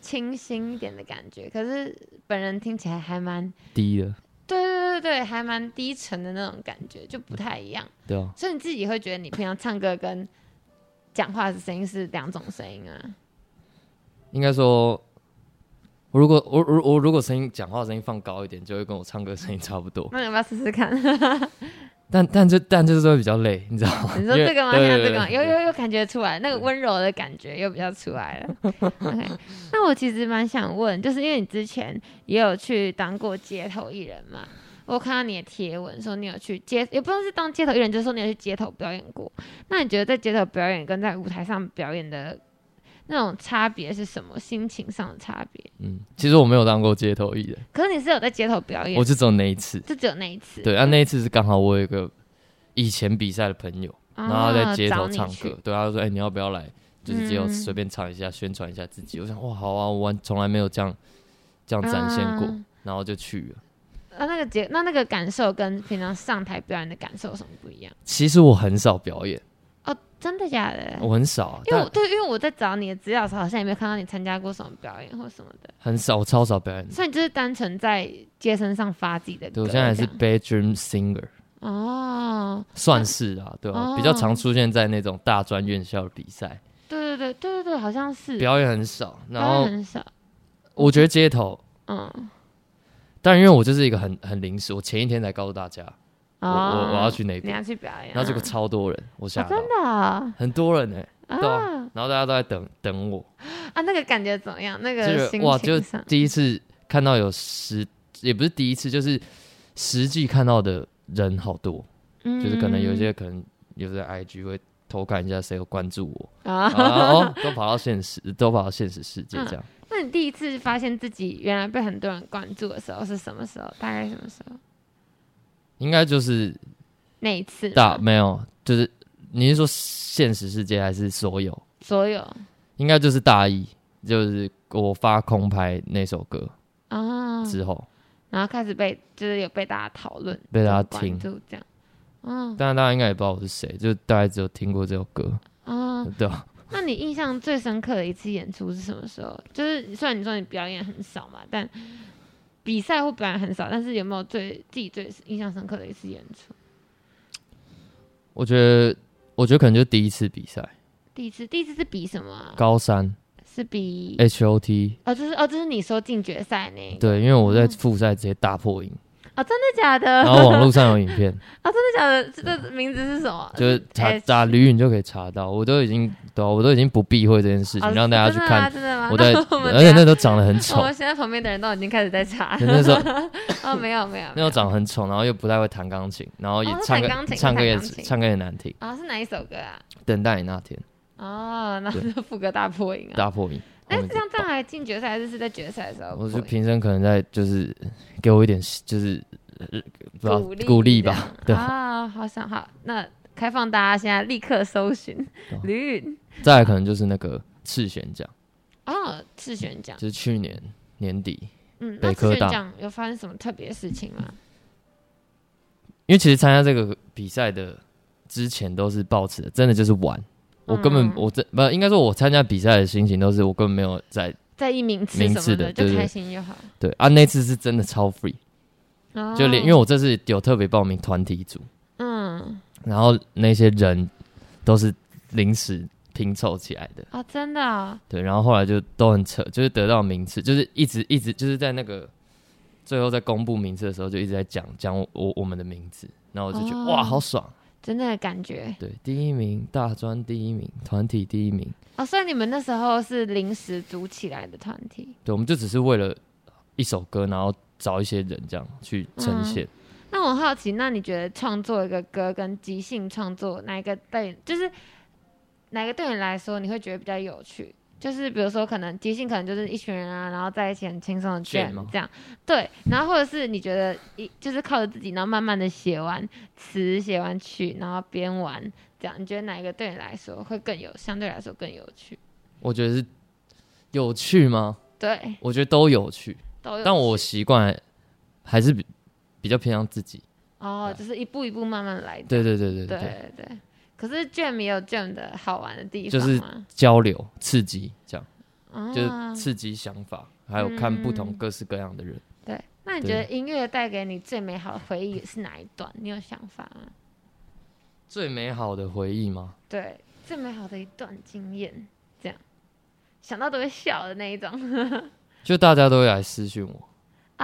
S3: 清新一点的感觉，可是本人听起来还蛮
S4: 第一的，
S3: 对对对对，还蛮低沉的那种感觉，就不太一样。
S4: 对啊吧？
S3: 所以你自己会觉得你平常唱歌跟讲话的声音是两种声音啊？
S4: 应该说，我如果我我我如果声音讲话声音放高一点，就会跟我唱歌声音差不多，
S3: 那你要不要试试看？
S4: 但但就但就是会比较累，你知道吗？
S3: 你说这个吗？
S4: 因为
S3: 像
S4: 对
S3: 这个吗？
S4: 对
S3: 又
S4: 对
S3: 又又感觉出来，那个温柔的感觉又比较出来了。OK，那我其实蛮想问，就是因为你之前也有去当过街头艺人嘛？我看到你的贴文说你有去街，也不知道是当街头艺人，就是说你有去街头表演过。那你觉得在街头表演跟在舞台上表演的那种差别是什么？心情上的差别？
S4: 嗯，其实我没有当过街头艺人，
S3: 可是你是有在街头表演的
S4: 我就只有那一次。
S3: 就只有那一次。
S4: 对啊，那一次是刚好我有一个以前比赛的朋友，
S3: 啊，
S4: 然后他在街头
S3: 找你
S4: 唱
S3: 去
S4: 歌，对，他就说：“哎、你要不要来？就是街头
S3: 嗯
S4: 随便唱一下，宣传一下自己。”我想：“哇，好啊，我完从来没有这样这样展现过。
S3: 啊
S4: 然后就去了。
S3: 啊，那个节，那那个感受跟平常上台表演的感受有什么不一样？
S4: 其实我很少表演，
S3: 哦，真的假的？
S4: 我很少、啊，
S3: 因为我
S4: 但
S3: 对，因为我在找你的资料的时候，好像也没有看到你参加过什么表演或什么的，
S4: 很少，我超少表演的。
S3: 所以你就是单纯在街身上发自己的歌。
S4: 对，我现在还
S3: 这
S4: 是
S3: 样
S4: bedroom singer，
S3: 哦，
S4: 算是啊，对吧、
S3: 哦
S4: 比较常出现在那种大专院校的比赛，
S3: 对对对对对对，好像是，
S4: 表演很少。然
S3: 表演
S4: 后
S3: 很少，
S4: 我觉得街头，
S3: 嗯，
S4: 但因为我就是一个很很临时，我前一天才告诉大家，
S3: 哦，
S4: 我我要去那边
S3: 你要去表演啊，
S4: 然后结果超多人，我吓
S3: 哦
S4: 到，
S3: 真的啊
S4: 很多人呢、对啊
S3: 啊
S4: 然后大家都在等等我，
S3: 啊，那个感觉怎么样？那
S4: 就
S3: 个
S4: 是
S3: 心
S4: 哇，就
S3: 情上，
S4: 第一次看到有实，也不是第一次，就是实际看到的人好多，就是可能有
S3: 嗯
S4: 些可能有的 IG 会偷看一下谁有关注我，
S3: 啊，
S4: 啊哦，都跑到现实，都跑到现实世界
S3: 嗯
S4: 这样。
S3: 那你第一次发现自己原来被很多人关注的时候是什么时候？大概什么时候？
S4: 应该就是
S3: 那一次吗
S4: 大没有，就是你是说现实世界还是所有？
S3: 所有
S4: 应该就是大一，就是我发空拍那首歌
S3: 啊，
S4: 之后，
S3: 然后开始被就是有被大家讨论，
S4: 被大家
S3: 关
S4: 听
S3: 注这样。嗯
S4: 但大家应该也不知道我是谁，就大概只有听过这首歌，
S3: 啊，
S4: 对吧？
S3: 那你印象最深刻的一次演出是什么时候？就是虽然你说你表演很少嘛，但比赛或表演很少，但是有没有最自己最印象深刻的一次演出？
S4: 我觉得，我觉得可能就是第一次比赛，
S3: 第一次，第一次是比什么啊？
S4: 高三
S3: 是比
S4: H O T，
S3: 哦，就是哦，就是你说进决赛那一个
S4: 对，因为我在复赛直接大破音，
S3: 哦，真的假的？
S4: 然后网络上有影片，
S3: 哦，真的假的？这这名字是什么？
S4: 啊就是查
S3: 哎
S4: 打吕允就可以查到，我都已经对、啊、我都已经不避讳这件事情，
S3: 哦
S4: 让大家去看。
S3: 真的吗？
S4: 我
S3: 真的
S4: 在，
S3: 吗？啊 我们
S4: 而且那
S3: 等
S4: 时候长得很
S3: 下
S4: 丑
S3: 我，们现在旁边的人都已经开始在查
S4: 就。那时候
S3: 哦，没有没有，没
S4: 那时
S3: 有
S4: 候长得很丑，然后又不太会弹钢琴，然后也
S3: 哦是
S4: 唱歌、
S3: 弹钢琴
S4: 唱歌也
S3: 弹钢琴
S4: 唱歌也难听。
S3: 啊、是哪一首歌啊？
S4: 等待你那天
S3: 哦，那
S4: 对
S3: 就 副歌大破音啊。
S4: 大破音，
S3: 哎
S4: 后，面
S3: 这样
S4: 就
S3: 这样还进决赛，还是是在决赛的时候破
S4: 我
S3: 音？
S4: 就评审可能在就是给我一点就是呃不知道
S3: 鼓励
S4: 鼓励
S3: 这样
S4: 吧，对。
S3: 啊、好想好，那开放大家现在立刻搜寻
S4: 对啊
S3: 吕允
S4: 再来可能就是那个赤选奖，
S3: 哦，志选奖
S4: 就。是去年年底，
S3: 嗯，
S4: 北
S3: 那
S4: 科
S3: 志选
S4: 大
S3: 奖有发生什么特别事情吗？
S4: 因为其实参加这个比赛的之前都是抱持的，真的就是玩。我根本
S3: 嗯
S4: 我这不应该说，我参加比赛的心情都是我根本没有在
S3: 在意名次
S4: 名
S3: 什
S4: 次
S3: 么
S4: 的对
S3: 就
S4: 对
S3: 开心就好。
S4: 对啊，那次是真的超 free，
S3: 哦
S4: 就连因为我这次有特别报名团体组，
S3: 嗯
S4: 然后那些人都是临时拼凑起来的，
S3: 哦，真的啊、
S4: 对，然后后来就都很扯，就是得到名次，就是一直一直就是在那个最后在公布名次的时候就一直在讲讲我我我们的名字，然后我就觉得、
S3: 哦
S4: 哇好爽，
S3: 真的感觉
S4: 对，第一名大专第一名团体第一名，
S3: 哦，所以你们那时候是临时组起来的团体。
S4: 对，我们就只是为了一首歌，然后找一些人这样去
S3: 嗯
S4: 呈现。
S3: 那我好奇，那你觉得创作一个歌跟即兴创作哪一个对，就是哪个对你来说你会觉得比较有趣？就是比如说，可能即兴可能就是一群人啊，然后在一起很轻松的
S4: Jam
S3: jam
S4: 吗
S3: 这样，对。然后或者是你觉得一就是靠着自己，然后慢慢的写完词、写完曲，然后边玩这样，你觉得哪一个对你来说会更有，相对来说更有趣？
S4: 我觉得是有趣吗？
S3: 对，
S4: 我觉得都有趣，
S3: 都有趣。
S4: 但我习惯还是比比较偏向自己。
S3: 哦，就是一步一步慢慢来的。
S4: 对对对啊
S3: 对
S4: 对对，
S3: 对对。可是 jam 也有 jam 的好玩的地
S4: 就
S3: 方
S4: 是
S3: 啊
S4: 交流、刺激，这样
S3: 啊
S4: 就是刺激想法，还有看不同
S3: 嗯
S4: 各式各样的人。
S3: 对，那你觉
S4: 对
S3: 得音乐带给你最美好的回忆是哪一段？你有想法吗？
S4: 最美好的回忆吗？
S3: 对，最美好的一段经验，这样想到都会笑的那一种 哦
S4: 就大家都会来私讯我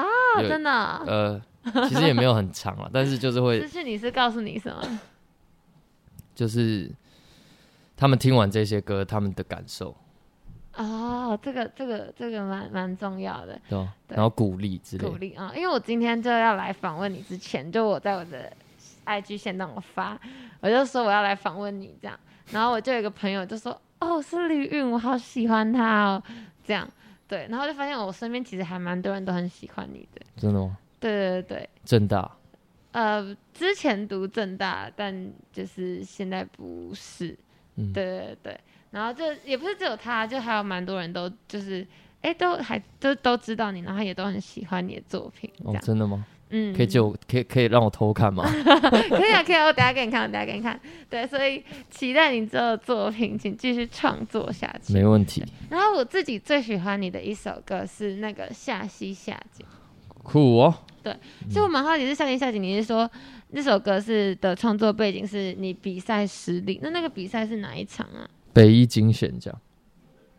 S3: 啊
S4: 啊
S3: 真的哦。
S4: 呃，其实也没有很长 了，但是就是会
S3: 思绪你是告诉你什么？
S4: 就是他们听完这些歌，他们的感受，
S3: 哦，这个这个这个蛮蛮重要的
S4: 对吧？
S3: 对
S4: 然后鼓励之类
S3: 鼓
S4: 的。
S3: 励啊、因为我今天就要来访问你之前，就我在我的 IG 线上我发，我就说我要来访问你这样，然后我就有一个朋友就说，哦，是李韵，我好喜欢她哦，这样对，然后就发现我身边其实还蛮多人都很喜欢你的，
S4: 真的吗？
S3: 对对对，
S4: 正大
S3: 呃，之前读正大，但就是现在不是，
S4: 嗯
S3: 对对对，然后就也不是只有他，就还有蛮多人都就是。哎，都还都都知道你，然后也都很喜欢你的作品，这
S4: 哦
S3: 样，、
S4: 真的吗？
S3: 嗯，
S4: 可以借我，可以可以让我偷 看吗？
S3: 可以啊，可以啊，我等下给你看，我等下给你看。对，所以期待你之后的作品，请继续创作下去。
S4: 没问题，
S3: 然后我自己最喜欢你的一首歌是那个《夏夕夏景
S4: 酷哦。》，
S3: 所以我蛮好奇是《夏夕夏景》，你是说那首歌是的创作背景是你比赛实力？那那个比赛是哪一场啊？
S4: 北一精选奖，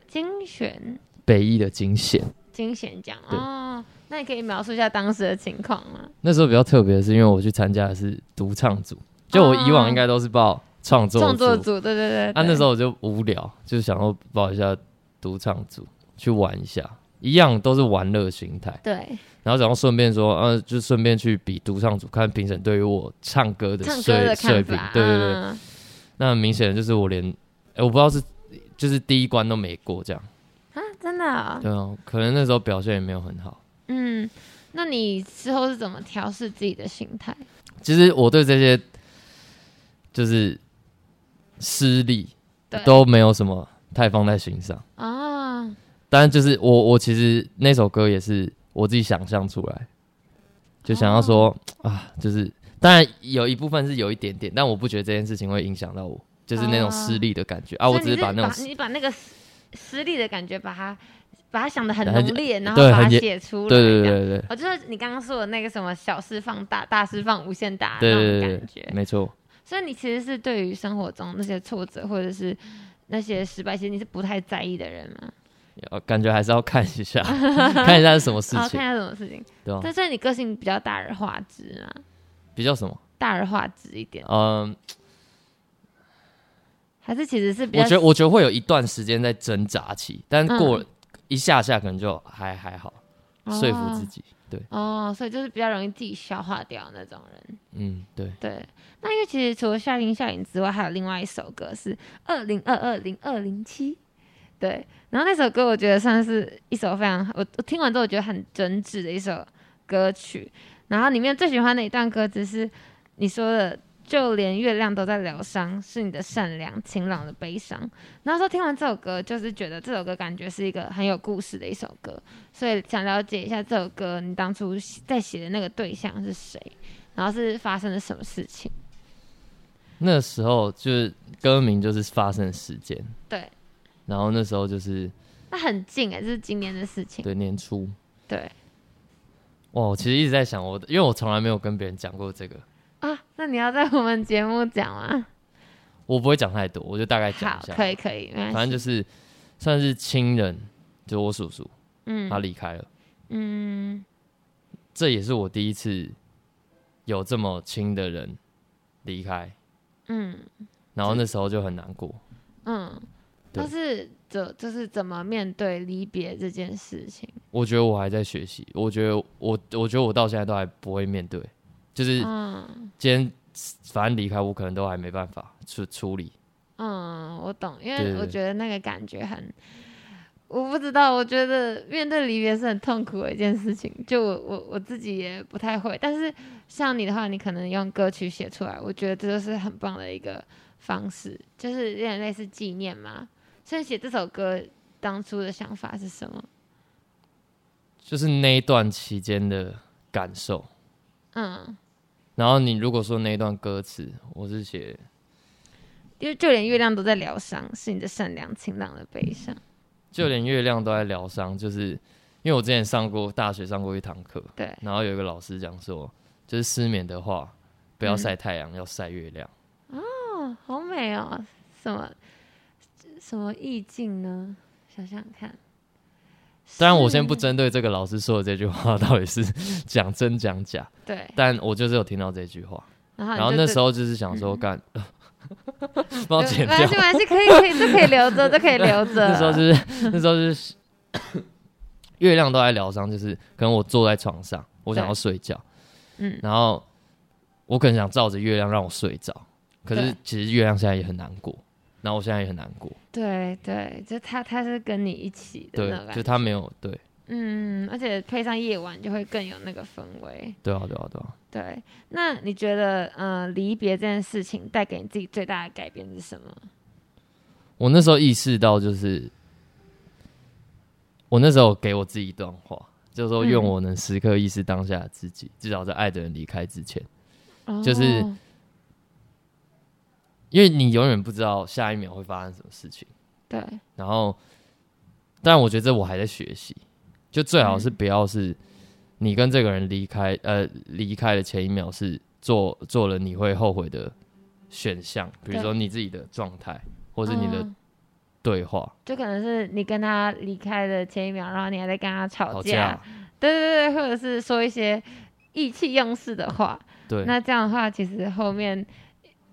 S3: 精选
S4: 北一的精选。
S3: 精选奖
S4: 对
S3: 哦，那你可以描述一下当时的情况吗？
S4: 那时候比较特别，的是因为我去参加的是独唱组，就我以往应该都是报创作
S3: 创
S4: 组，
S3: 作组，对对对
S4: 啊，那时
S3: 候
S4: 候我就无聊，就想要报一下独唱组去玩一下，一样都是玩乐心态，
S3: 对
S4: 然后然后顺便说，嗯、就顺便去比独唱组，看评审对于我唱歌的
S3: 唱歌
S4: 水
S3: 的
S4: 水
S3: 看
S4: 平
S3: 法，，
S4: 对对对，
S3: 嗯
S4: 那很明显的就是我连，哎、我不知道是就是第一关都没过这样，
S3: 啊，真的啊、
S4: 对啊，可能那时候表现也没有很好。
S3: 嗯，那你之后是怎么调试自己的心态？
S4: 其实我对这些就是失利
S3: 对
S4: 都没有什么太放在心上。
S3: 啊，
S4: 当然，就是我我其实那首歌也是我自己想象出来，就想要说、
S3: 哦
S4: 啊，就是当然有一部分是有一点点，但我不觉得这件事情会影响到我，就是那种失利的感觉、啊。
S3: 所
S4: 我
S3: 以
S4: 只
S3: 你
S4: 是
S3: 是
S4: 把那种
S3: 你把那个失失利的感觉，把它把它想的很
S4: 然后
S3: 浓
S4: 就
S3: 烈，然后
S4: 对
S3: 把它
S4: 很严
S3: 写出来。
S4: 对对
S3: 这样。
S4: 对对
S3: 哦，就是你刚刚说的那个什么小释放大，大释放无限大那
S4: 对
S3: 种
S4: 对
S3: 感
S4: 对
S3: 觉
S4: 对，。没错，
S3: 所以你其实是对于生活中那些挫折或者是那些失败，其实你是不太在意的人嘛。
S4: 呃感觉还是要看 一下，看一下是什么事
S3: 哦，看一
S4: 情，
S3: 下什么事情。
S4: 对吧、
S3: 但是你个性比较大而化之嘛，
S4: 比较什么？
S3: 大而化之一点，
S4: 嗯，
S3: 还是其实是比
S4: 我
S3: 较嗯
S4: 觉得我觉得会有一段时间在挣扎期，但过了一下下可能就还还好，说服自己。对，
S3: 哦，所以就是比较容易自己消化掉那种人。
S4: 嗯，对，
S3: 对，那因为其实除了《夏令夏影》之外，还有另外一首歌是《二零二二零二零七》，对，然后那首歌我觉得算是一首非常我我听完之后我觉得很真挚的一首歌曲。然后里面最喜欢的一段歌词是你说的。就连月亮都在疗伤，是你的善良、晴朗的悲伤。然后说听完这首歌，就是觉得这首歌感觉是一个很有故事的一首歌，所以想了解一下这首歌你当初在写的那个对象是谁，然后是发生了什么事情。
S4: 那时候就是歌名就是发生的时间，
S3: 对，
S4: 然后那时候就是
S3: 那很近哎、这是今年的事情。
S4: 对年初，
S3: 对
S4: 哇，我其实一直在想我的，因为我从来没有跟别人讲过这个，
S3: 啊，那你要在我们节目讲吗？
S4: 我不会讲太多，我就大概讲
S3: 好
S4: 一，下，
S3: 可以可以，没
S4: 反正
S3: 关系。
S4: 就是算是亲人，就我叔叔他
S3: 嗯
S4: 离开了，
S3: 嗯，
S4: 这也是我第一次有这么亲的人离开，
S3: 嗯
S4: 然后那时候就很难过。
S3: 嗯，
S4: 对
S3: 但是怎就是怎么面对离别这件事情？
S4: 我觉得我还在学习，我觉得我我觉得我到现在都还不会面对，就是
S3: 嗯
S4: 今天反正离开我可能都还没办法处处理，
S3: 嗯，我懂，因
S4: 对
S3: 为
S4: 对
S3: 我
S4: 对
S3: 觉得那个感觉很。我不知道，我觉得面对离别是很痛苦的一件事情。就我我我自己也不太会，但是像你的话，你可能用歌曲写出来，我觉得这就是很棒的一个方式，就是有点类似纪念嘛。所以写这首歌当初的想法是什么？
S4: 就是那一段期间的感受。
S3: 嗯，
S4: 然后你如果说那一段歌词，我是写
S3: 因为就连月亮都在疗伤，是你的善良、晴朗的悲伤。
S4: 就连月亮都在疗伤，就是因为我之前上过大学上过一堂课，
S3: 对，
S4: 然后有一个老师讲说，就是失眠的话，不要晒太阳，要晒月亮。
S3: 哦，好美哦！什么什么意境呢？想想看。
S4: 当然，我先不
S3: 是
S4: 针对这个老师说的这句话 到底是讲真讲假，
S3: 对，
S4: 但我就是有听到这句话，
S3: 然后
S4: 然后那时
S3: 候
S4: 候就是想说干， 帮我剪
S3: 嗯没关。
S4: 掉
S3: 系，没关系，可以可以，这可以留着，这可以留着。
S4: 那时候就是那时候就是 月亮都在疗伤，就是可能我坐在床上，我想要睡觉，
S3: 嗯
S4: 然后我可能想照着月亮让我睡着，可是
S3: 对
S4: 其实月亮现在也很难过，然后我现在也很难过，
S3: 对对，就他他是跟你一起的那种
S4: 对，
S3: 感觉，
S4: 就他没有对
S3: 嗯，而且配上夜晚就会更有那个氛围。
S4: 对啊对啊对啊，
S3: 对，那你觉得，呃，离别这件事情带给你自己最大的改变是什么？
S4: 我那时候意识到就是，我那时候给我自己一段话，就是说
S3: 嗯
S4: 愿我能时刻意识当下的自己，至少在爱的人离开之前。就是
S3: 哦
S4: 因为你永远不知道下一秒会发生什么事情。
S3: 对，
S4: 然后，但我觉得这我还在学习，就最好是不要是你跟这个人离开，呃，离开的前一秒是做做了你会后悔的选项，比如
S3: 对
S4: 说你自己的状态，或是你的
S3: 嗯
S4: 对话、
S3: 就可能是你跟他离开的前一秒，然后你还在跟他
S4: 吵
S3: 吵
S4: 架，
S3: 对对对，或者是说一些意气用事的话，
S4: 对，
S3: 那这样的话，其实后面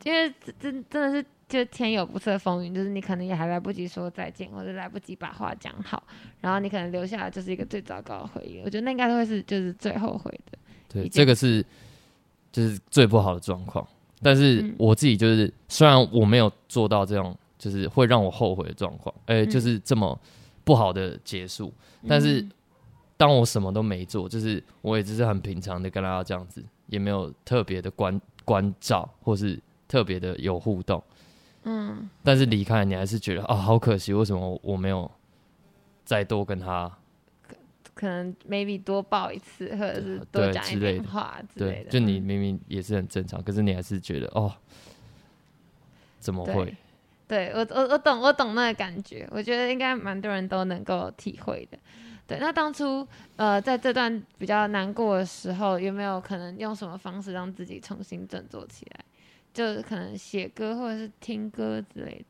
S3: 因为真真真的是就天有不测风云，就是你可能也还来不及说再见，或者来不及把话讲好，然后你可能留下的就是一个最糟糕的回忆。我觉得那应该都会是就是最后悔的。
S4: 对，
S3: 理解
S4: 这个是就是最不好的状况。但是
S3: 嗯
S4: 我自己就是，虽然我没有做到这样，就是会让我后悔的状况，呃、
S3: 嗯
S4: 就是这么不好的结束。但是当我什么都没做，就是我也只是很平常的跟大家这样子，也没有特别的关关照，或是特别的有互动。
S3: 嗯，
S4: 但是离开你还是觉得啊、好可惜，为什么我我没有再多跟他
S3: 可能 maybe 多抱一次，或者是多
S4: 对
S3: 讲一
S4: 之类
S3: 点
S4: 的
S3: 话之类
S4: 对
S3: 的。，
S4: 就你
S3: 嗯
S4: 明明也是很正常，可是你还是觉得哦，怎么会
S3: 对？对我我我懂我懂那个感觉，我觉得应该蛮多人都能够体会的。对，那当初呃在这段比较难过的时候，有没有可能用什么方式让自己重新振作起来？就可能写歌或者是听歌之类的。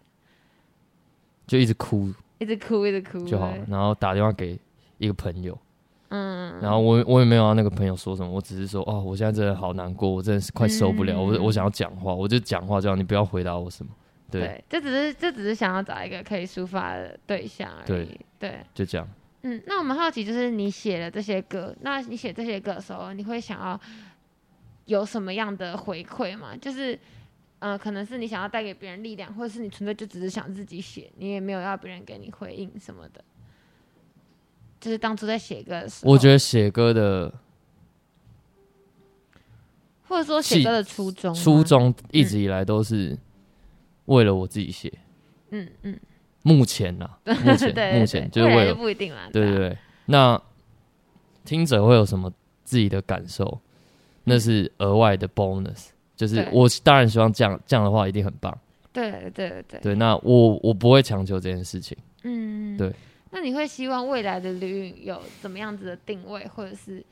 S4: 就一直哭
S3: 一直哭一直哭
S4: 就好了，然后打电话给一个朋友，
S3: 嗯，
S4: 然后我我也没有要那个朋友说什么，我只是说哦，我现在真的好难过，我真的是快受不了，
S3: 嗯
S4: 我我想要讲话，我就讲话这样，你不要回答我什么，对，
S3: 对，这只是这只是想要找一个可以抒发的对象而已。
S4: 对就这样。
S3: 嗯，那我们好奇就是你写了这些歌，那你写这些歌的时候，你会想要有什么样的回馈吗？就是，呃，可能是你想要带给别人力量，或者是你纯粹就只是想自己写，你也没有要别人给你回应什么的。就是当初在写歌的时候，
S4: 我觉得写歌的
S3: 或者说写歌的初衷，
S4: 初，衷一直以来都是为了我自己写，
S3: 嗯嗯，
S4: 目前 啦，目
S3: 对对
S4: 前目前就是
S3: 未来
S4: 为
S3: 就
S4: 了，
S3: 不一定啦，
S4: 对
S3: 啊
S4: 对对。那听者会有什么自己的感受？那是额外的 bonus，就是
S3: 对
S4: 我当然希望这样这样的话一定很棒。
S3: 对对对对对，
S4: 对，那我我不会强求这件事情。
S3: 嗯，
S4: 对。
S3: 那你会希望未来的旅运有怎么样子的定位，或者是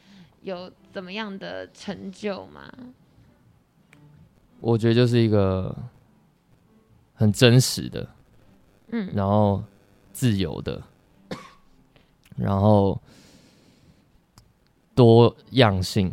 S3: 有怎么样的成就吗？
S4: 我觉得就是一个很真实的，
S3: 嗯
S4: 然后自由的，然后多样性。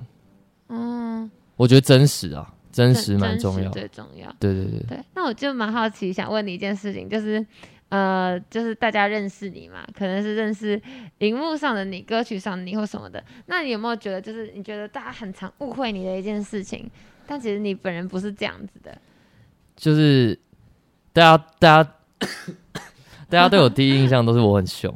S3: 嗯，
S4: 我觉得真实啊，真实蛮
S3: 真
S4: 重要的。
S3: 最重要。
S4: 对对对，
S3: 对，那我就蛮好奇，想问你一件事情，就是。呃，就是大家认识你嘛，可能是认识荧幕上的你、歌曲上的你或什么的。那你有没有觉得，就是你觉得大家很常误会你的一件事情，但其实你本人不是这样子的？
S4: 就是大家大家大家对我第一印象都是我很凶，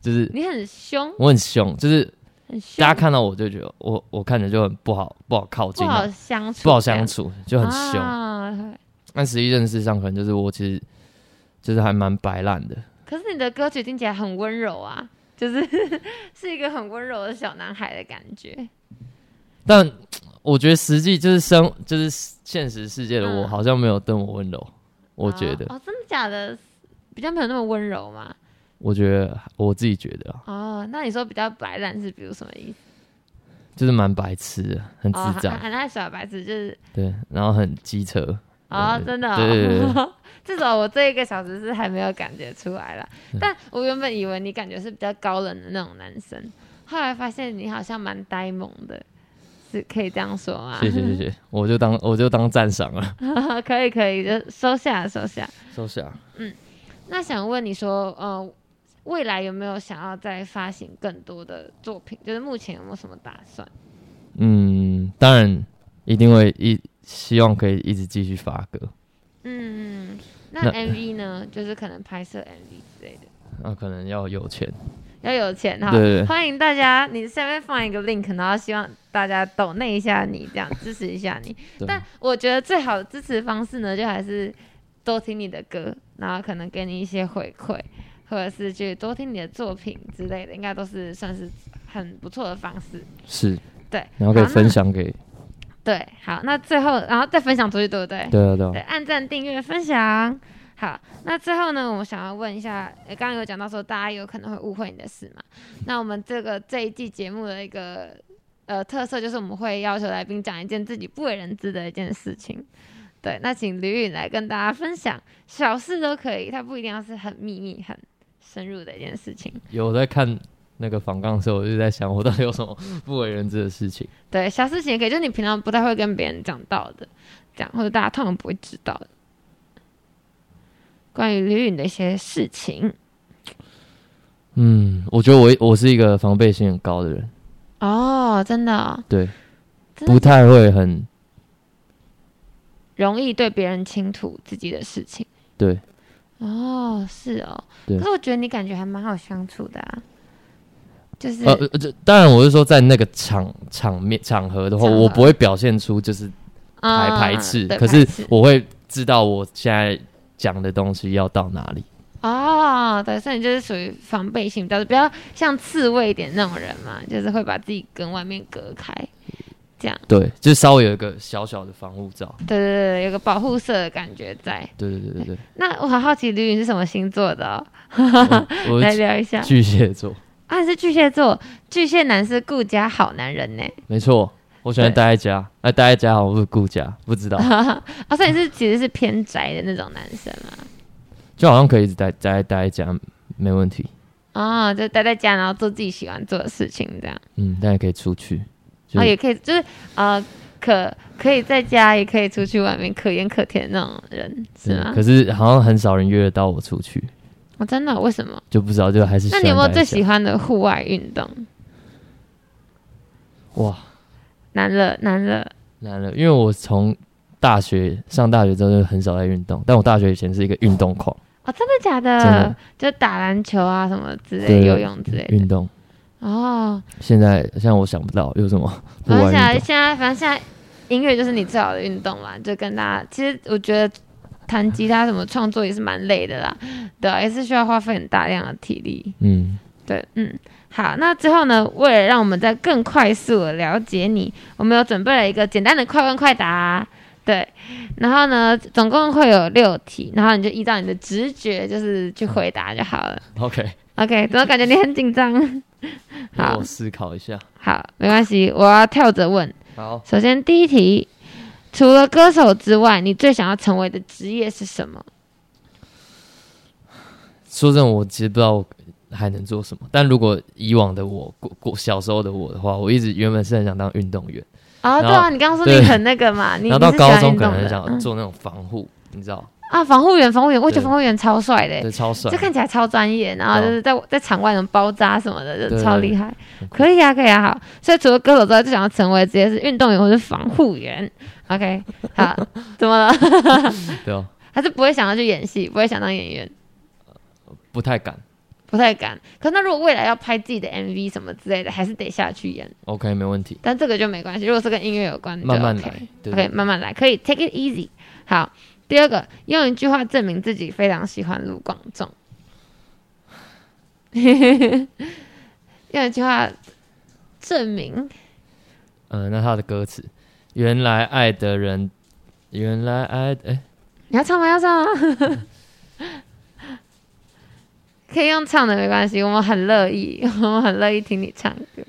S4: 就是
S3: 你很凶，
S4: 我很凶，就是
S3: 很凶，
S4: 大家看到我就觉得我我看着就很不好不好靠
S3: 不
S4: 近啊、
S3: 好相处，
S4: 不好相，处，就很凶。
S3: 啊
S4: 但实际认识上，可能就是我其实就是还蛮白烂的，
S3: 可是你的歌曲听起来很温柔啊，就是 是一个很温柔的小男孩的感觉。
S4: 但我觉得实际就是生就是现实世界的我，
S3: 嗯
S4: 好像没有这么温柔。我觉得，
S3: 哦，哦真的假的？比较没有那么温柔嘛？
S4: 我觉得我自己觉得啊，
S3: 哦，那你说比较白烂是比如什么意思？
S4: 就是蛮白痴的，很智
S3: 哦，
S4: 障，
S3: 啊那小白痴就是
S4: 对，然后很机车，
S3: 哦，
S4: 对
S3: 真的、哦，
S4: 对对对
S3: 至少我这一个小时是还没有感觉出来了。
S4: 嗯
S3: 但我原本以为你感觉是比较高冷的那种男生，后来发现你好像蛮呆萌的，是可以这样说吗？
S4: 谢谢谢谢，我就当我就当赞赏了，
S3: 可以可以，就收下收下。
S4: 收下。
S3: 那想问你说，呃，未来有没有想要再发行更多的作品？就是目前有没有什么打算？
S4: 嗯，当然一定会一希望可以一直继续发歌，
S3: 嗯，那
S4: 那
S3: MV 呢？就是可能拍摄 MV 之类的，
S4: 那可能要有钱。
S3: 要有钱哈。
S4: 对对对
S3: 欢迎大家，你下面放一个 link，然后希望大家抖那一下你，这样支持一下你。
S4: 对
S3: 但我觉得最好的支持方式呢，就还是多听你的歌，然后可能给你一些回馈，或者是去多听你的作品之类的，应该都是算是很不错的方式。
S4: 是，
S3: 对，
S4: 然后可以
S3: 好那
S4: 分享给
S3: 对，好，那最后然后再分享出去，对不对？
S4: 对啊对啊
S3: 对，按赞、订阅、分享。好，那最后呢，我想要问一下，呃刚刚有讲到说大家有可能会误会你的事嘛？那我们这个这一季节目的一个呃特色就是我们会要求来宾讲一件自己不为人知的一件事情。对，那请吕允来跟大家分享，小事都可以，它不一定要是很秘密、很深入的一件事情。
S4: 有在看那个反杠的时候，我就在想，我到底有什么不为人知的事情？
S3: 对，小事情也可以，就是你平常不太会跟别人讲到的，这样或者大家通常不会知道的，关于吕允的一些事情
S4: 嗯，我觉得我我是一个防备心很高的人，
S3: 哦，真的哦、
S4: 对，
S3: 真的
S4: 不太会很
S3: 容易对别人倾吐自己的事情
S4: 对，
S3: 哦，是哦，
S4: 对
S3: 可是我觉得你感觉还蛮好相处的啊，就是、
S4: 呃，呃这当然我是说在那个场场面场合的话，
S3: 场合
S4: 我不会表现出就是排
S3: 嗯
S4: 排斥，
S3: 对
S4: 可
S3: 排
S4: 是
S3: 斥
S4: 我会知道我现在讲的东西要到哪里。
S3: 哦，对，所以你就是属于防备心比较，比较像刺猬一点那种人嘛，就是会把自己跟外面隔开，这样。
S4: 对，就稍微有一个小小的防护罩。
S3: 对对对，有个保护色的感觉在。
S4: 对对对对对，
S3: 那我很好奇，吕允是什么星座的、哦？
S4: 我
S3: 来
S4: 是
S3: 聊一下
S4: 巨蟹座，
S3: 啊，你是巨蟹座，巨蟹男是顾家好男人呢。
S4: 没错，我喜欢
S3: 对
S4: 待在家，哎、
S3: 哦
S4: 待在家好像不是顾家，不知道。
S3: 啊、所以你是其实是偏宅的那种男生嘛？
S4: 就好像可以一直待待待在家没问题，
S3: 哦，就待在家，然后做自己喜欢做的事情，这样。
S4: 嗯，但也可以出去，
S3: 然后
S4: 就是
S3: 啊也可以，就是呃，可可以在家，也可以出去外面，可盐可甜那种人是啊吗？
S4: 对嗯可是好像很少人约得到我出去，
S3: 我、真的为什么？
S4: 就不知道就还是
S3: 那你有没有
S4: 待
S3: 最
S4: 在
S3: 喜
S4: 家
S3: 欢的户外运动？
S4: 哇？
S3: 难了，难了，
S4: 难了，因为我从大学上大学之后就很少在运动，但我大学以前是一个运动狂，
S3: 哦，真的假的？
S4: 真的
S3: 就打篮球啊什么之类，
S4: 对
S3: 游泳之类的。
S4: 运动。
S3: 哦，
S4: 现在现在我想不到有什么户
S3: 反正
S4: 外
S3: 现在
S4: 运动，
S3: 现在反正现在音乐就是你最好的运动啦，就跟大家，其实我觉得弹吉他什么创作也是蛮累的啦，对啊、也是需要花费很大量的体力。
S4: 嗯，
S3: 对，嗯，好，那之后呢？为了让我们再更快速的了解你，我们有准备了一个简单的快问快答，对，然后呢，总共会有六题，然后你就依照你的直觉就是去回答就好了。
S4: OK，
S3: OK，怎么感觉你很紧张？
S4: 让
S3: 好
S4: 我思考一下。
S3: 好，没关系，我要跳着问。
S4: 好，
S3: 首先第一题，除了歌手之外，你最想要成为的职业是什么？
S4: 说真的，我其实不知道我还能做什么。但如果以往的我，过过小时候的我的话，我一直原本是很想当运动员，
S3: 哦，
S4: 然后
S3: 对啊，你刚刚说你
S4: 对
S3: 很那个嘛，你
S4: 然后到高中
S3: 你是喜欢运
S4: 可
S3: 动
S4: 能很
S3: 的
S4: 想
S3: 嗯
S4: 做那种防护，你知道，
S3: 啊，防护员，防护员，我觉得
S4: 对
S3: 防护员超帅的欸。
S4: 对，超帅啊
S3: 这。看起来超专业，然后就是在在场外能包扎什么的，就
S4: 对
S3: 超厉害。
S4: 很酷
S3: 可以啊，可以啊，好。所以除了歌手之外，就想要成为直接是运动员或是防护员。OK，好， 怎么了？
S4: 对哦，
S3: 还是不会想要去演戏，不会想当演员，
S4: 不太敢。
S3: 不太敢。可那如果未来要拍自己的 MV 什么之类的，还是得下去演。
S4: OK，没问题，
S3: 但这个就没关系，如果是跟音乐有关的就 OK，
S4: 慢慢来。对
S3: OK，
S4: 对，
S3: 慢慢来，可以 take it easy。好，第二个，用一句话证明自己非常喜欢卢广仲。 用一句话证明
S4: 嗯，那他的歌词，原来爱的人，原来爱，哎，
S3: 你要唱吗？要 唱吗？可以用唱的没关系，我们很乐意，我们很乐意听你唱歌。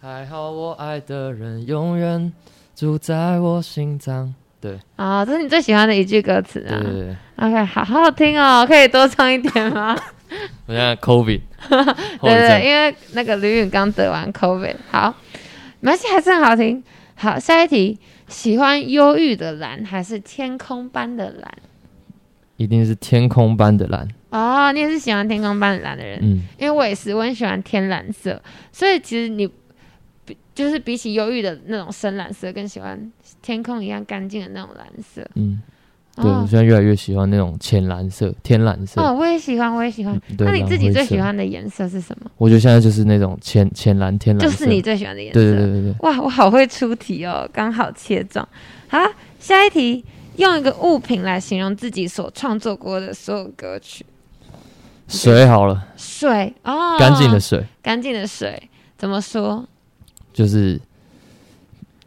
S4: 还好我爱的人永远住在我心脏。对
S3: 啊、这是你最喜欢的一句歌词
S4: 对
S3: 啊。
S4: 对对，
S3: OK，好好听哦，可以多唱一点吗？
S4: 我现在 COVID，后
S3: 对
S4: 遗
S3: 对，
S4: 症
S3: 因为那个吕允刚得完 COVID，好，没关系，还是很好听。好，下一题，喜欢忧郁的蓝还是天空般的蓝？
S4: 一定是天空般的蓝。
S3: 哦，你也是喜欢天空般的蓝的人，
S4: 嗯，
S3: 因为我也是，我很喜欢天蓝色，所以其实你比就是比起忧郁的那种深蓝色，更喜欢天空一样干净的那种蓝色。
S4: 嗯，对，我
S3: 哦，
S4: 现在越来越喜欢那种浅蓝色、天蓝色。
S3: 哦，我也喜欢，我也喜欢。
S4: 嗯对
S3: 那你自己最喜？
S4: 蓝灰
S3: 欢的颜色是什么？
S4: 色我觉得现在就是那种浅浅蓝、天蓝
S3: 就
S4: 色。
S3: 是你。最喜欢的颜色。
S4: 对对对对对，
S3: 哇，我好会出题哦，刚好切中。好，下一题，用一个物品来形容自己所创作过的所有歌曲。
S4: 水好了，
S3: 水哦，
S4: 干净的，水
S3: 干净的水怎么说？
S4: 就是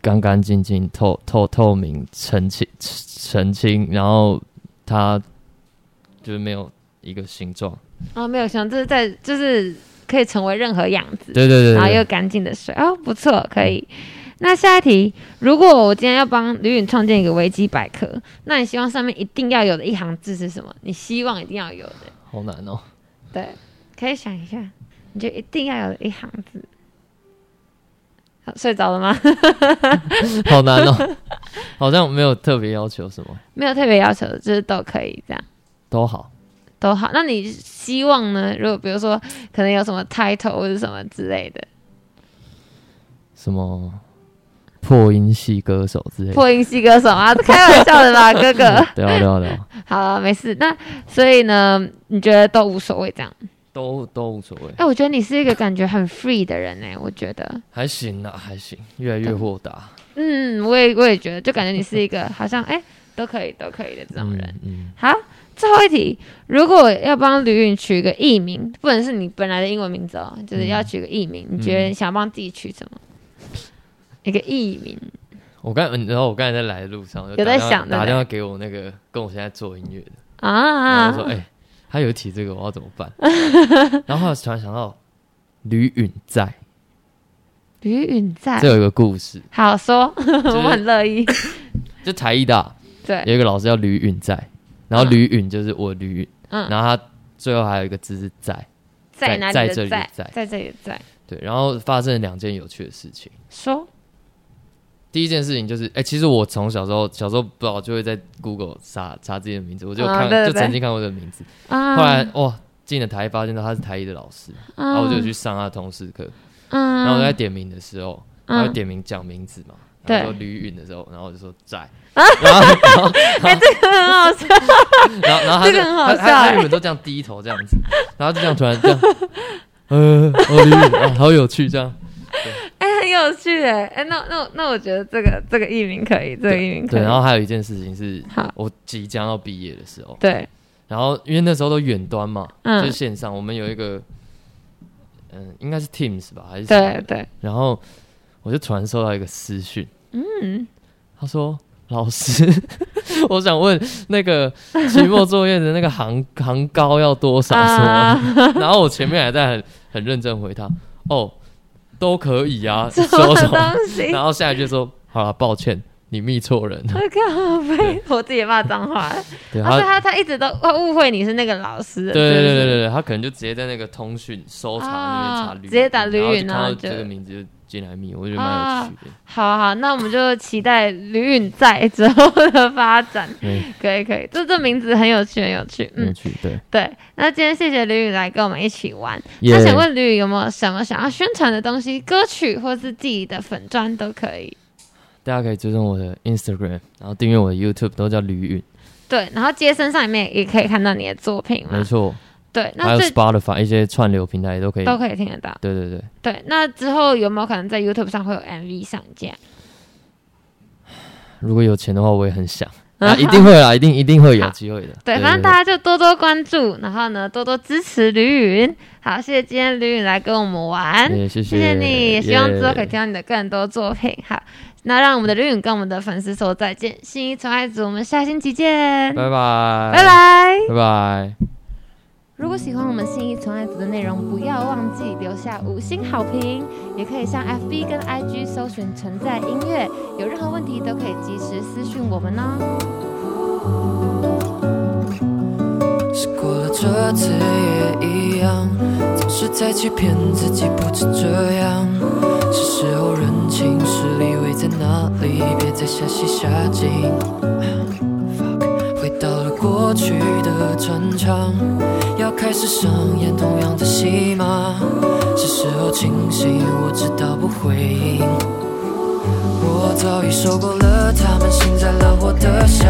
S4: 干干净净、透透透明、澄清澄清，然后它就是没有一个形状。
S3: 哦，没有想，这是在就是可以成为任何样子，
S4: 对对对对
S3: 然后
S4: 对
S3: 又干净的水哦，不错，可以。那下一题，如果我今天要帮吕允创建一个维基百科，那你希望上面一定要有的一行字是什么？你希望一定要有的，
S4: 好难哦。
S3: 对，可以想一下，你就一定要有一行字。好睡着了吗？
S4: 好难哦，好像没有特别要求什么，
S3: 没有特别要求的，就是都可以这样
S4: 都好。
S3: 都好。那你希望呢？如果比如说可能有什么 title 或者什么之类的，
S4: 什么破音系歌手之类的，
S3: 破音系歌手啊，开玩笑的 啦，哥哥。
S4: 对啊对啊对 啊，
S3: 好了，没事。那所以呢，你觉得都无所谓这样？
S4: 都都无所谓
S3: 哎、，我觉得你是一个感觉很 free 的人哎、我觉得，
S4: 还行啊，还行，越来越豁达。
S3: 嗯，我也我也觉得，就感觉你是一个好像哎、都可以都可以的这种人。
S4: 嗯嗯，
S3: 好，最后一题，如果要帮吕允取一个艺名，不能是你本来的英文名字哦，就是要取一个艺名，你觉得想帮自己取什么？一个艺名
S4: 我刚你知道我刚才在来的路上
S3: 有在想对不对
S4: 打电话给我那个跟我现在做音乐的，然
S3: 啊
S4: 后我说哎，他有提这个，我要怎么 办？然后后来突然想到吕允在，
S3: 吕允在
S4: 这，有一个故事，
S3: 好说，
S4: 是
S3: 我很乐意。
S4: 就台艺大
S3: 对，
S4: 有一个老师叫吕允在，然后吕允就是我吕允，
S3: 嗯
S4: 然后它最后还有一个字是在，在
S3: 哪
S4: 在
S3: 里
S4: 这
S3: 的
S4: 里
S3: 在
S4: 在
S3: 在这里的在
S4: 对，然后发生了两件有趣的事情。
S3: 说
S4: 第一件事情就是，哎、其实我从小时候小时候不知道就会在 Google 查查自己的名字，我就
S3: 啊
S4: 看、
S3: 对对
S4: 就
S3: 对
S4: 曾经看过这个名字，
S3: 啊，
S4: 后来哇进了台一发现到他是台一的老师，
S3: 啊
S4: 然后我就有去上他的通识课，
S3: 嗯，
S4: 然后我在点名的时候，他会
S3: 嗯，
S4: 点名讲名字嘛，
S3: 对
S4: 然后说吕允的时候，然后我就说在，然后然后
S3: 很好笑，
S4: 然后然后
S3: 这
S4: 他就
S3: 个很好
S4: 他
S3: 笑
S4: 他
S3: 欸
S4: 他原本都这样低头这样子，然后就这样突然这样，呃，哦吕允啊，好有趣这样，
S3: 哎，很有趣哎，哎，那那那我觉得这个这个艺名可以，这个艺名可以，
S4: 对，然后还有一件事情是
S3: 好
S4: 我即将要毕业的时候，
S3: 对，
S4: 然后因为那时候都远端嘛，
S3: 嗯
S4: 就是线上，我们有一个，嗯、应该是 Teams 吧，还是什么
S3: 对对，
S4: 然后我就突然收到一个私讯，
S3: 嗯，
S4: 他说：“老师， 我想问那个期末作业的那个行 行高要多少什么
S3: 啊
S4: 的？” 然后我前面还在很很认真回他：“哦，都可以啊，
S3: 什
S4: 说
S3: 么
S4: 什么？”
S3: 东西？
S4: 然后下一句说：“好了，抱歉，你密错 人了。
S3: 我靠！被我自己骂脏话，啊，”
S4: 对
S3: 所以
S4: 他。
S3: 他他一直都会误会你是那个老师，
S4: 对对对
S3: 是不
S4: 对
S3: 是，
S4: 对，他可能就直接在那个通讯搜查那边查
S3: 啊
S4: 吕，
S3: 直接打吕允
S4: 然
S3: 然
S4: 后
S3: 后
S4: 就看到这
S3: 就啊
S4: 个名字就进来密，我觉得蛮有趣的。
S3: 好好，那我们就期待吕允在之后的发展，
S4: 嗯，
S3: 可以可以，这这名字很有趣，很有趣，
S4: 很有
S3: 嗯，
S4: 趣，对。
S3: 对，那今天谢谢吕允来跟我们一起玩，
S4: 耶
S3: 那想问吕允有没有什么想要宣传的东西，歌曲或是自己的粉砖都可以。
S4: 大家可以追踪我的 Instagram，然后订阅我的 YouTube，都叫吕允，
S3: 对，然后街声上里面也可以看到你的作品
S4: 没
S3: 嘛。
S4: 错。
S3: 对，
S4: 还
S3: 啊那
S4: 有
S3: 这
S4: Spotify 一些串流平台都可以。
S3: 都可以听得到。
S4: 对对对，
S3: 对，那之后有没有可能在 YouTube 上会有 MV 上架？
S4: 如果有钱的话，我也很 想。啊，一定会啦，一定一定会有机会的。
S3: 对，反正大家就多多关注，然后呢，多多支持吕云。好，谢谢今天吕云来跟我们玩，
S4: 对谢
S3: 谢你，也希望之后可以
S4: 耶
S3: 听到你的更多作品。好，那让我们的吕云跟我们的粉丝说再见，心意纯爱组，我们下星期见，
S4: 拜拜，
S3: 拜拜。
S4: 拜拜。
S3: 如果喜欢我们信义纯爱组的内容，不要忘记留下五星好评，也可以上 FB 跟 IG 搜寻“存在音乐”，有任何问题都可以及时私讯我们哦。
S2: 是过了这次也一样，总是在欺骗自己不止这样。是时候认清实力位在哪里，别再下戏下井。Fuck，回到了过去的战场，要开始上演同样的戏码。是时候清醒，我知道不会赢。我早已受够了他们幸灾乐祸的笑，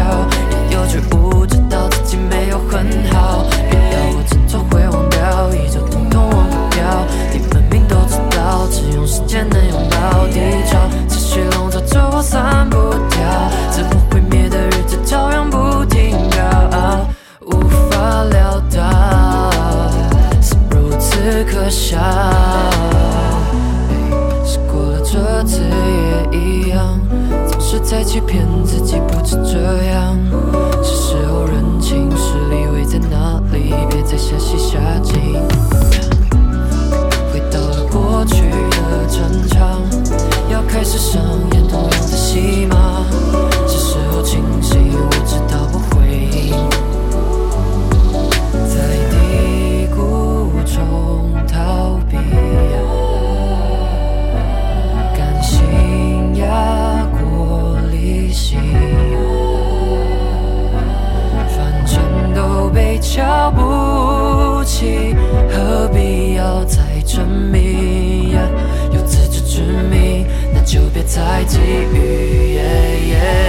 S2: 也有觉悟知道自己没有很好。别到我挣脱会忘掉，一周通通忘不掉。你们明都知道，只用时间能拥抱低潮，持续笼罩着我散不掉。自我毁灭的日子照样不停靠，无法料到是如此可笑。是过了这次也一样，总是在欺骗自己不止这样。是时候认清实力位在哪里，别再下戏下井。回到了过去的战场，要开始上演同样的戏码。是时候清醒，我知道不会赢。在低谷中逃避，啊甘心压过理性，反正都被瞧不起，何必要再证明？有自知之明，那就别再觊觎。Yeah, yeah